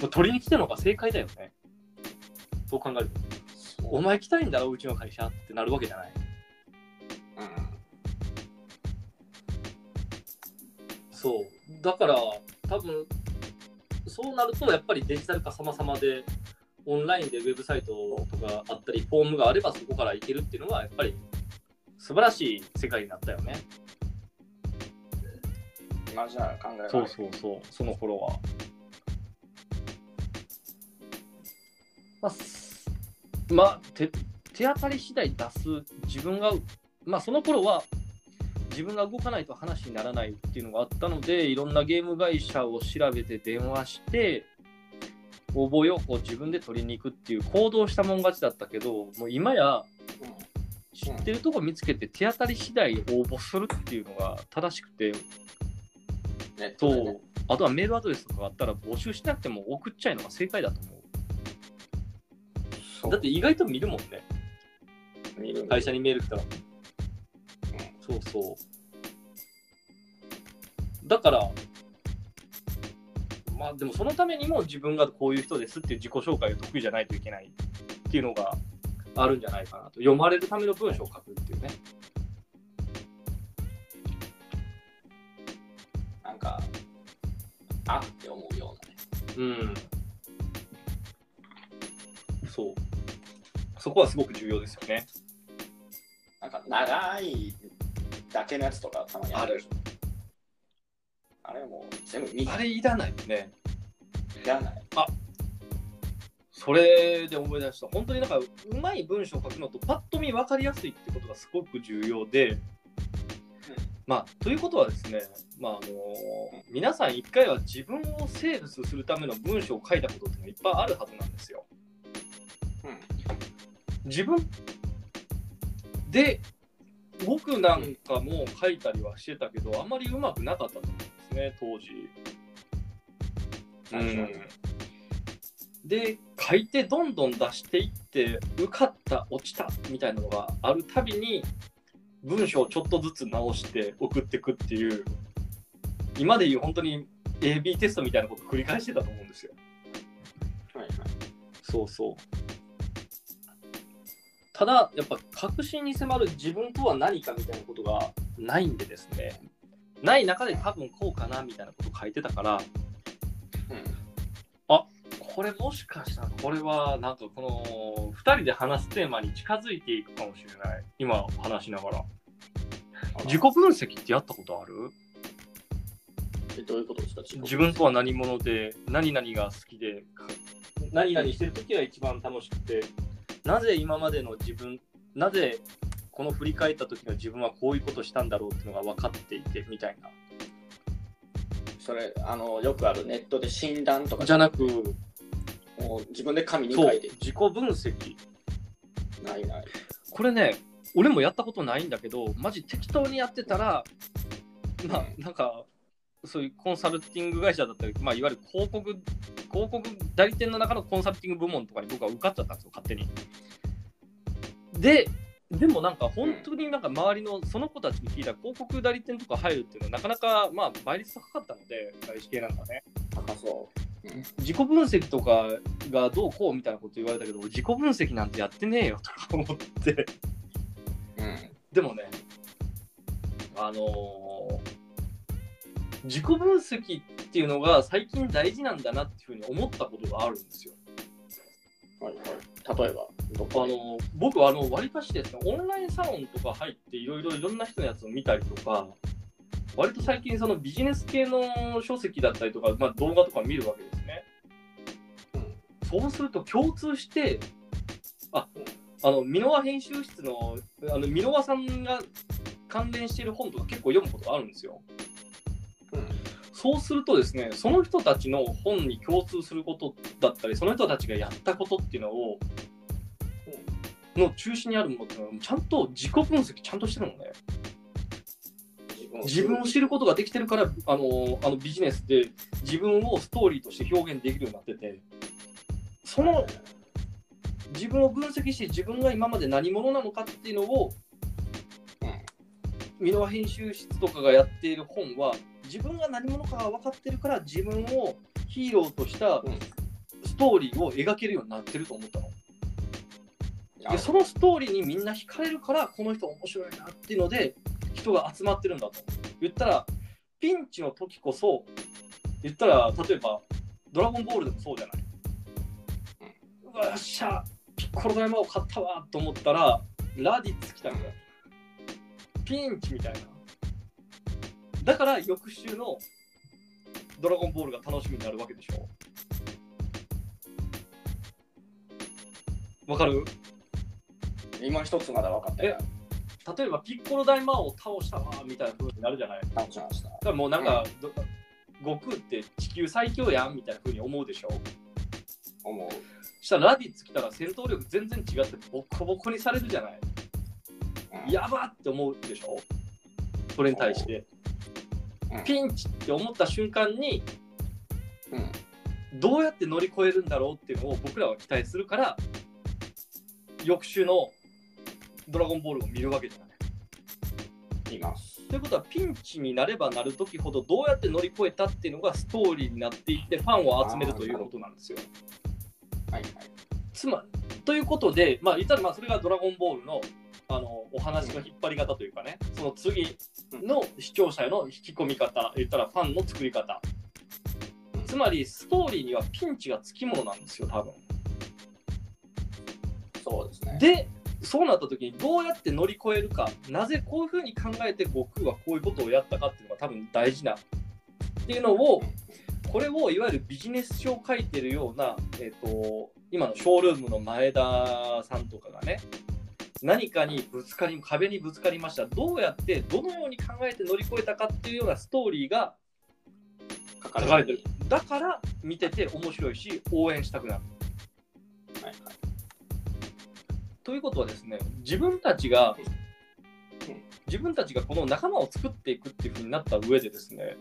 A: もう取りに来たのが正解だよねそう考えると
B: うん。
A: お前来たいんだろうちの会社ってなるわけじゃない
B: うん
A: そうだから多分そうなるとやっぱりデジタル化様々でオンラインでウェブサイトとかあったりフォームがあればそこからいけるっていうのはやっぱり素晴らしい世界になったよね
B: 今じゃ考えられない
A: そうそうその頃は、まあすまあ手手当たり次第出す自分がまあその頃は自分が動かないと話にならないっていうのがあったのでいろんなゲーム会社を調べて電話して応募要項を自分で取りに行くっていう行動したもん勝ちだったけどもう今や
B: うん
A: 知ってるとこ見つけて手当たり次第応募するっていうのが正しくて
B: ネット
A: と、
B: でね
A: あとはメールアドレスとかあったら募集しなくても送っちゃうのが正解だと思。
B: そうう
A: だって意外と見るもんね、
B: 見るんだ
A: 会社にメール来たら。そうそう。だから、まあでもそのためにも自分がこういう人ですっていう自己紹介が得意じゃないといけないっていうのがあるんじゃないかなと。読まれるための文章を書くっていうね。
B: なんか、あって思うようなね。
A: うん。そう。そこはすごく重要ですよね。
B: なんか長いだけのやつとかたまにあるでしょ。あれもう全部見
A: れいらないね。
B: らない。
A: それで思い出した本当になんかうまい文章を書くのとパッと見分かりやすいってことがすごく重要で、まあということはですね、まああの皆さん一回は自分をセールスするための文章を書いたことっていうのがいっぱいあるはずなんですよ。
B: うん。
A: 自分で僕なんかも書いたりはしてたけど、あんまりうまくなかったと思うんですね当時。
B: うん
A: で書いてどんどん出していって受かった落ちたみたいなのがあるたびに文章をちょっとずつ直して送っていくっていう今でいう本当に AB テストみたいなことを繰り返してたと思うんですよ。
B: はいはい。
A: そうそう。ただ、やっぱ確信に迫る自分とは何かみたいなことがないんでですね。ない中で多分こうかなみたいなこと書いてたから、
B: うん。
A: これもしかしたらこれはなんかこの2人で話すテーマに近づいていくかもしれない。今話しながら。自己分析ってやったことある
B: えどういうことですか自己
A: 自分とは何者で、何々が好きで、か何々してるときは一番楽しくて、なぜ今までの自分、なぜこの振り返った時の自分はこういうことしたんだろうっていうのが分かっていてみたいな。
B: それあのよくあるネットで診断とか
A: じゃなく、
B: もう自分で紙に
A: そ
B: 書
A: う
B: いて、
A: 自己分析。
B: ないない
A: これね俺もやったことないんだけどマジ適当にやってたらまあなんかそういうコンサルティング会社だったり、まあ、いわゆる広告広告代理店の中のコンサルティング部門とかに僕は受かっちゃったんですよ勝手に。ででもなんか本当になんか周りのその子たちに聞いた広告代理店とか入るっていうのはなかなかまあ倍率高かったので外資系なんかね
B: 高そう、うん、
A: 自己分析とかがどうこうみたいなこと言われたけど俺自己分析なんてやってねえよとか思って
B: うん、
A: でもね、あのー自己分析っていうのが最近大事なんだなっていうふうに思ったことがあるんですよ。
B: はいはい例えばど
A: あの
B: こに
A: ー僕はあの割かしですね、オンラインサロンとか入っていろいろいろんな人のやつを見たりとか、割と最近そのビジネス系の書籍だったりとか、まあ、動画とか見るわけですね。そうすると共通して、あ、あの、箕輪編集室の、あの、箕輪さんが関連している本とか結構読むことがあるんですよ。
B: うんうん
A: そうするとですね、その人たちの本に共通することだったり、その人たちがやったことっていうのを、の中心にあるものっていうのはちゃんと自己分析ちゃんとしてるもんね自分を知ることができてるからあのあのビジネスで自分をストーリーとして表現できるようになっててその自分を分析して自分が今まで何者なのかっていうのを箕輪編集室とかがやっている本は自分が何者かが分かってるから自分をヒーローとした
B: うん
A: ストーリーを描けるようになってると思ったの。
B: あ
A: でそのストーリーにみんな惹かれるからこの人面白いなっていうので人が集まってるんだと言ったらピンチの時こそ言ったら例えば「ドラゴンボール」でもそうじゃない。うわよっしゃピッコロの山を買ったわと思ったらラディッツ来たんだよ。ピンチみたいな。だから翌週の「ドラゴンボール」が楽しみになるわけでしょ。わかる
B: 今一つまだ分かってない
A: 例えばピッコロ大魔王を倒したわみたいな風になるじゃないだか
B: 倒しました
A: らもうなんか、ど悟空って地球最強やんみたいな風に思うでしょ
B: 思う
A: したらラディッツ来たら戦闘力全然違ってボコボコにされるじゃない
B: うん
A: やばって思うでしょそれに対して、
B: うん
A: ピンチって思った瞬間に
B: うん
A: どうやって乗り越えるんだろうっていうのを僕らは期待するから翌週の「ドラゴンボール」を見るわけじゃない
B: います
A: ということはピンチになればなるときほどどうやって乗り越えたっていうのがストーリーになっていってファンを集めるということなんですよ。
B: はいはい
A: つまということで、まあ、言ったらまあそれが「ドラゴンボールの」あのお話の引っ張り方というかねその次の視聴者への引き込み方言ったらファンの作り方つまりストーリーにはピンチがつきものなんですよ多分。
B: そうですね
A: でそうなった時にどうやって乗り越えるかなぜこういうふうに考えて悟空はこういうことをやったかっていうのが多分大事なっていうのをこれをいわゆるビジネス書を書いてるような、えー、と今のショールームの前田さんとかがね何かにぶつかり壁にぶつかりましたどうやってどのように考えて乗り越えたかっていうようなストーリーが
B: 書
A: 書かれてるだから見てて面白いし応援したくなる。
B: はい
A: ということはですね自分たちが
B: うん
A: 自分たちがこの仲間を作っていくっていうふうになった上でですね、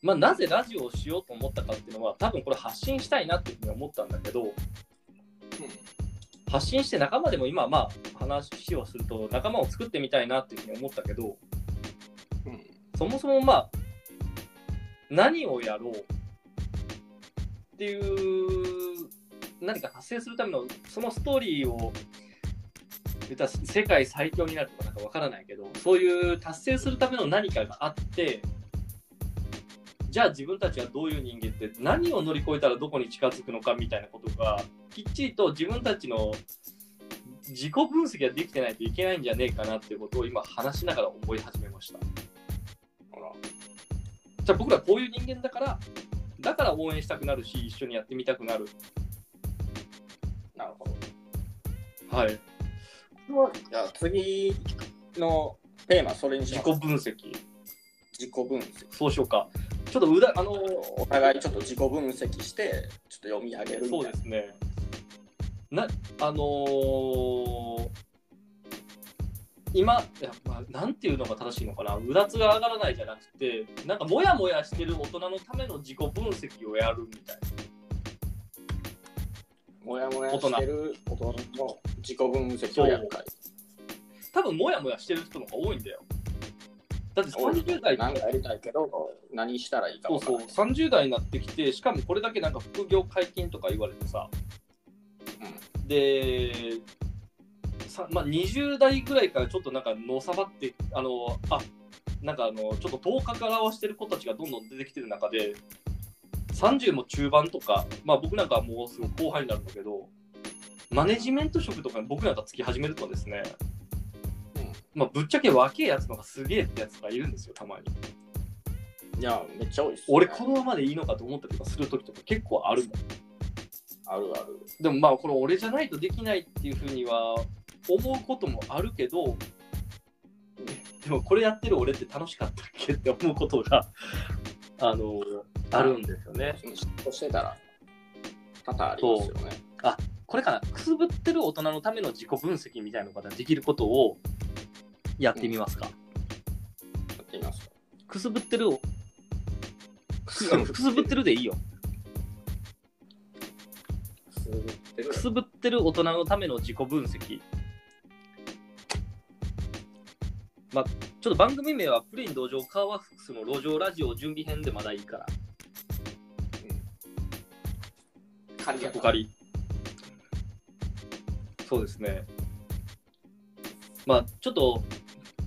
A: まあ、なぜラジオをしようと思ったかっていうのは多分これ発信したいなっていうふうに思ったんだけど発信して仲間でも今まあ話をすると仲間を作ってみたいなっていうふうに思ったけど
B: うんうん
A: そもそもまあ何をやろうっていう何か達成するためのそのストーリーを言ったら世界最強になるとかなんかわからないけどそういう達成するための何かがあってじゃあ自分たちはどういう人間って何を乗り越えたらどこに近づくのかみたいなことがきっちりと自分たちの自己分析ができてないといけないんじゃねえかなっていうことを今話しながら思い始めました。
B: ほら
A: じゃあ僕らこういう人間だからだから応援したくなるし一緒にやってみたくなる
B: なるほど
A: はい
B: じゃあ次のテーマそれにし
A: 自
B: ま
A: 己
B: す
A: 分析
B: 自己分析
A: そうしようかちょっとうだあの
B: お互いちょっと自己分析してちょっと読み上げるみたいな
A: そうですねなあのー今いや、まあ、なんていうのが正しいのかなうだつが上がらないじゃなくてなんかモヤモヤしてる大人のための自己分析をやるみたいな
B: もやもやしてる大人の自己分析をやる会
A: 多分モヤモヤしてる人の方が多いんだよだって30代って
B: なんかやりたいけど何したらいいか
A: そう
B: 分か
A: そ
B: ら
A: う
B: ない
A: 30代になってきてしかもこれだけなんか副業解禁とか言われてさで、さまあ、20代ぐらいからちょっとなんかのさばってあのあなんかあのちょっと頭角表してる子たちがどんどん出てきてる中で30も中盤とか、まあ、僕なんかはもうすぐ後輩になるんだけどマネジメント職とかに僕なんかつき始めるとですね、まあ、ぶっちゃけ若えやつのがすげえってやつがいるんですよたまに
B: うんいやめっちゃ多いっす、ね、
A: 俺このままでいいのかと思ったりとかする時とか結構あるもん
B: あるある
A: でもまあこれ俺じゃないとできないっていうふうには思うこともあるけどでもこれやってる俺って楽しかったっけって思うことが *laughs* あのあるんですよね。
B: うん嫉妬してたら多々ありますよね
A: あこれかな、くすぶってる大人のための自己分析みたいなのができることをやってみますか。
B: やってみますか。
A: くすぶってるを、
B: く
A: くうんくすぶってるでいいよ。
B: くすぶってる
A: く。すぶってる大人のための自己分析。まあ、ちょっと番組名はプリン同情カーワックスの路上ラジオ準備編でまだいいから、
B: 仮や
A: お
B: な
A: 借り。そうですね。まあ、ちょっと、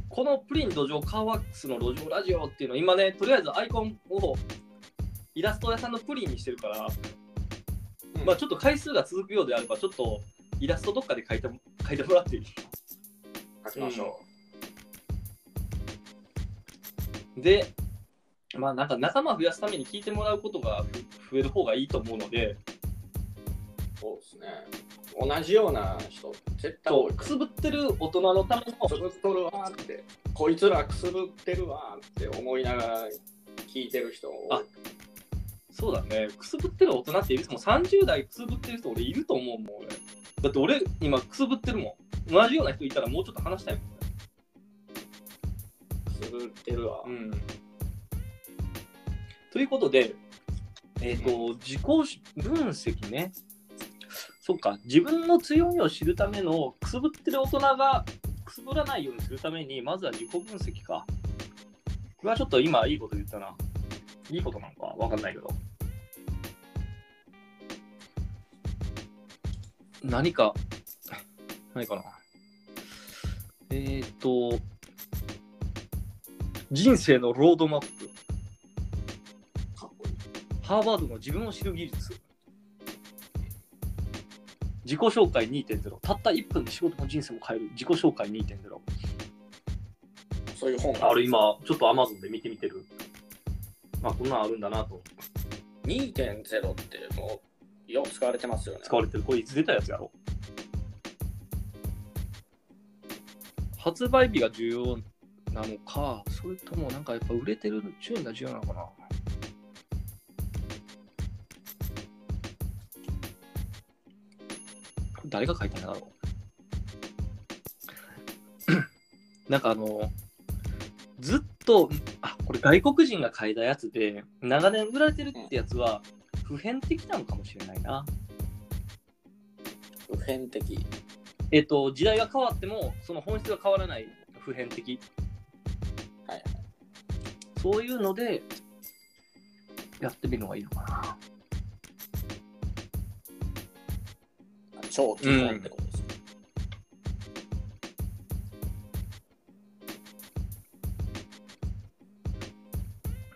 A: このプリン土壌カーワックスの路上ラジオっていうの、今ね、とりあえずアイコンをイラスト屋さんのプリンにしてるから、
B: うん
A: まあ、ちょっと回数が続くようであれば、ちょっとイラストどっかで書いても書いてもらっていい
B: 書きましょ
A: で、まあなんか仲間増やすために聞いてもらうことがふ増える方がいいと思うので、
B: う。そうですね。同じような人、絶対多
A: と
B: い
A: く。すぶってる大人のための、
B: くすぶっとるわーって、こいつらくすぶってるわーって思いながら聞いてる人多い
A: あそうだね、くすぶってる大人っているもう30代くすぶってる人俺いると思うもん俺。だって俺今くすぶってるもん。同じような人いたらもうちょっと話したいもん。
B: くすぶってるわ。
A: うん、ということで、えっと自己分析ねそっか自分の強みを知るためのくすぶってる大人がくすぶらないようにするためにまずは自己分析かこれはちょっと今いいこと言ったないいことなのかわかんないけど何か何かなえっ、と人生のロードマップ
B: かっこいい。
A: ハーバードの自分を知る技術。自己紹介2.0。たった1分で仕事も人生も変える。自己紹介2.0。
B: そういう本が
A: あれ今、ちょっと Amazon で見てみてる。まあ、こんなんあるんだなと。
B: 2.0ってもうよく使われてますよね。
A: 使われてる。これいつ出たやつやろ。発売日が重要なのか、それともなんかやっぱ売れてる順位が重要なのかな。これ誰が書いたんだろ *coughs* うなんかあの、ずっと、あ、これ外国人が書いたやつで、長年売られてるってやつは、普遍的なのかもしれないな。
B: 普遍的。
A: えっと、時代が変わっても、その本質が変わらない普遍的。
B: はいはい
A: そういうので、やってみるのがいいのかな。
B: 超基本ってことですね。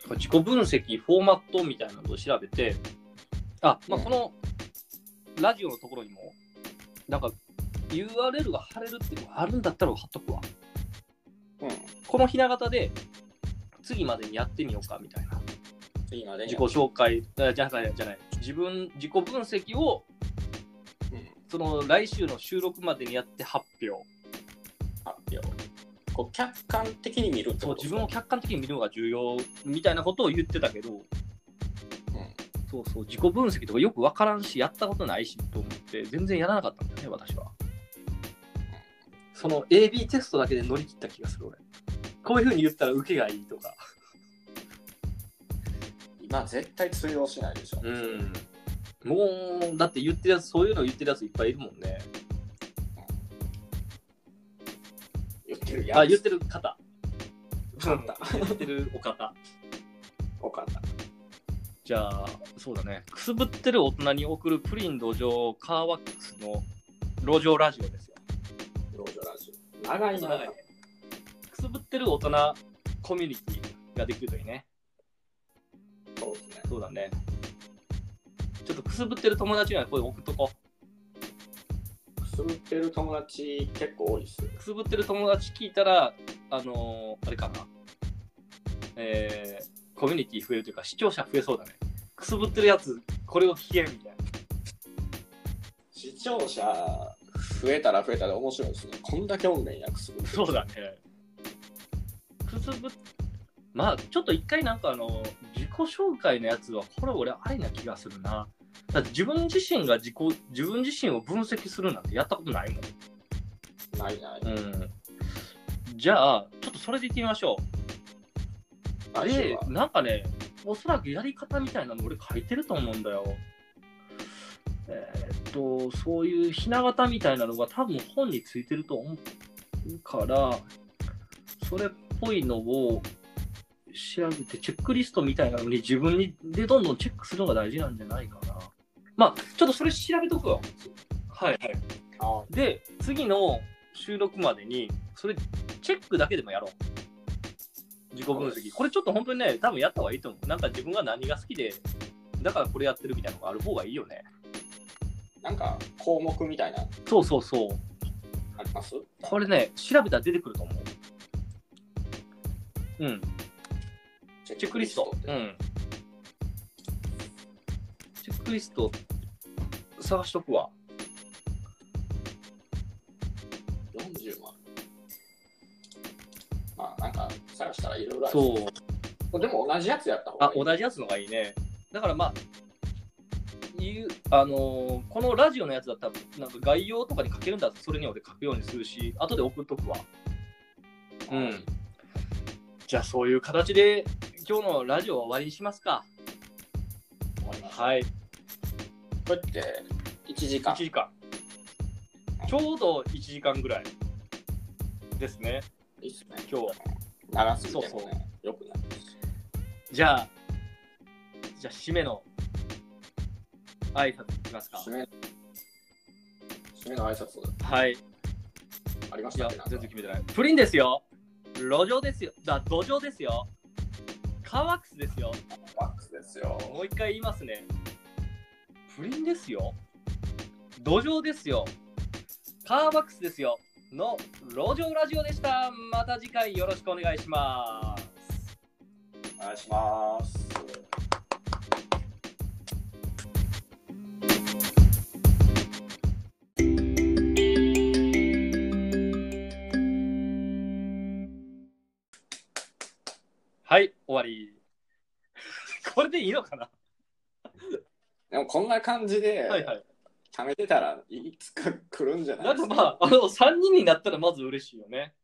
A: 自己分析、フォーマットみたいなのを調べて、あ、まあ、
B: うん
A: このラジオのところにも、なんか URL が貼れるっていうのがあるんだったら貼っとくわ。
B: うん。
A: このひな形で、次までにやってみようかみたいな。
B: 次までに
A: 自己紹介、あじゃない、じゃない、自分、自己分析を、
B: うん
A: その来週の収録までにやって発表。
B: 発表。こう客観的に見るって
A: そう
B: こと
A: 自
B: です
A: 分を
B: か
A: 客観的に見るのが重要みたいなことを言ってたけど、そうそう自己分析とかよく分からんしやったことないしと思って全然やらなかったんだよね私はその AB テストだけで乗り切った気がする俺こういうふうに言ったら受けがいいとか
B: うんまあ絶対通用しないでしょ。
A: んもうだって言ってるやつそういうの言ってるやついっぱいいるもんね
B: 言ってるやつ。
A: あ言ってる方
B: 簡単。
A: 言ってるお方
B: お簡単。
A: じゃあそうだねくすぶってる大人に送るプリン路上カーワックスの路上ラジオですよ
B: 老女ラジオ。長いな。
A: 長いくすぶってる大人コミュニティができるといいね。
B: そうですね。
A: そうだね。ちょっとくすぶってる友達には声送っとこ
B: くすぶってる友達結構多いですよ
A: う。。くすぶってる友達聞いたら、あのーあれかな。えー、コミュニティ増えるというか、視聴者増えそうだね。くすぶってるやつ、これを聞けみたいな。
B: 視聴者増えたら増えたら面白いですね。こんだけおんねんや、くすぶってる
A: そうだね。くすぶっまあ、ちょっと一回なんかあの、自己紹介のやつは、これ俺ありな気がするな。だって自分自身が自己、自分自身を分析するなんてやったことないもん。
B: ないない。
A: うん、じゃあ、ちょっとそれでいってみましょう。
B: 来週
A: で
B: は、
A: なんかね、おそらくやり方みたいなの俺書いてると思うんだよ。えーっと、そういうひな形みたいなのが多分本についてると思うから、それっぽいのを調べて、チェックリストみたいなのに自分にでどんどんチェックするのが大事なんじゃないかな。まあ、ちょっとそれ調べとくわ。はい、はい。
B: あ
A: で次の収録までにそれチェックだけでもやろう自己分析これちょっと本当にね多分やった方がいいと思うなんか自分が何が好きでだからこれやってるみたいなのがある方がいいよね
B: なんか項目みたいなの
A: そうそうそう
B: あります
A: これね調べたら出てくると思ううん
B: チェ
A: チェックリスト
B: って
A: うんチェックリスト探しとくわ
B: 40万。まあなんか探したらいろいろある
A: そう
B: でも同じやつやった方
A: あ
B: がいい。
A: 同じやつのがいいねだからまあ言うあのーこのラジオのやつだったらなんか概要とかに書けるんだったらそれに俺書くようにするし後で送っとくわうんじゃあそういう形で今日のラジオは終わりにしますか
B: 思います。
A: はい
B: これって1時間
A: 1。時間ちょうど1時間ぐらいですね
B: いいっすね。
A: 今日は
B: 長すぎてもね、
A: そうそ
B: よくないです。
A: じゃあじゃあ締めの挨拶いきますか
B: 締め締めの挨拶
A: はい
B: ありまし
A: い
B: た
A: や
B: っけなん、か
A: 全然決めてない。プリンですよ。路上ですよ。だ、土壌ですよ。カーワックスですよ。
B: ワックスですよ。
A: もう一回言いますね。プリンですよ。土壌ですよ。カーワックスですよ。の路上ラジオでした。また次回よろしくお願いします。
B: お願いします。
A: はい、終わり。 *laughs* これでいいのかな、
B: でもこんな感じで、
A: はいはい。
B: 貯めてたらいつか来るんじゃない
A: な
B: で
A: んか
B: す
A: ま
B: か。
A: あ、あの、3人になったらまず嬉しいよね。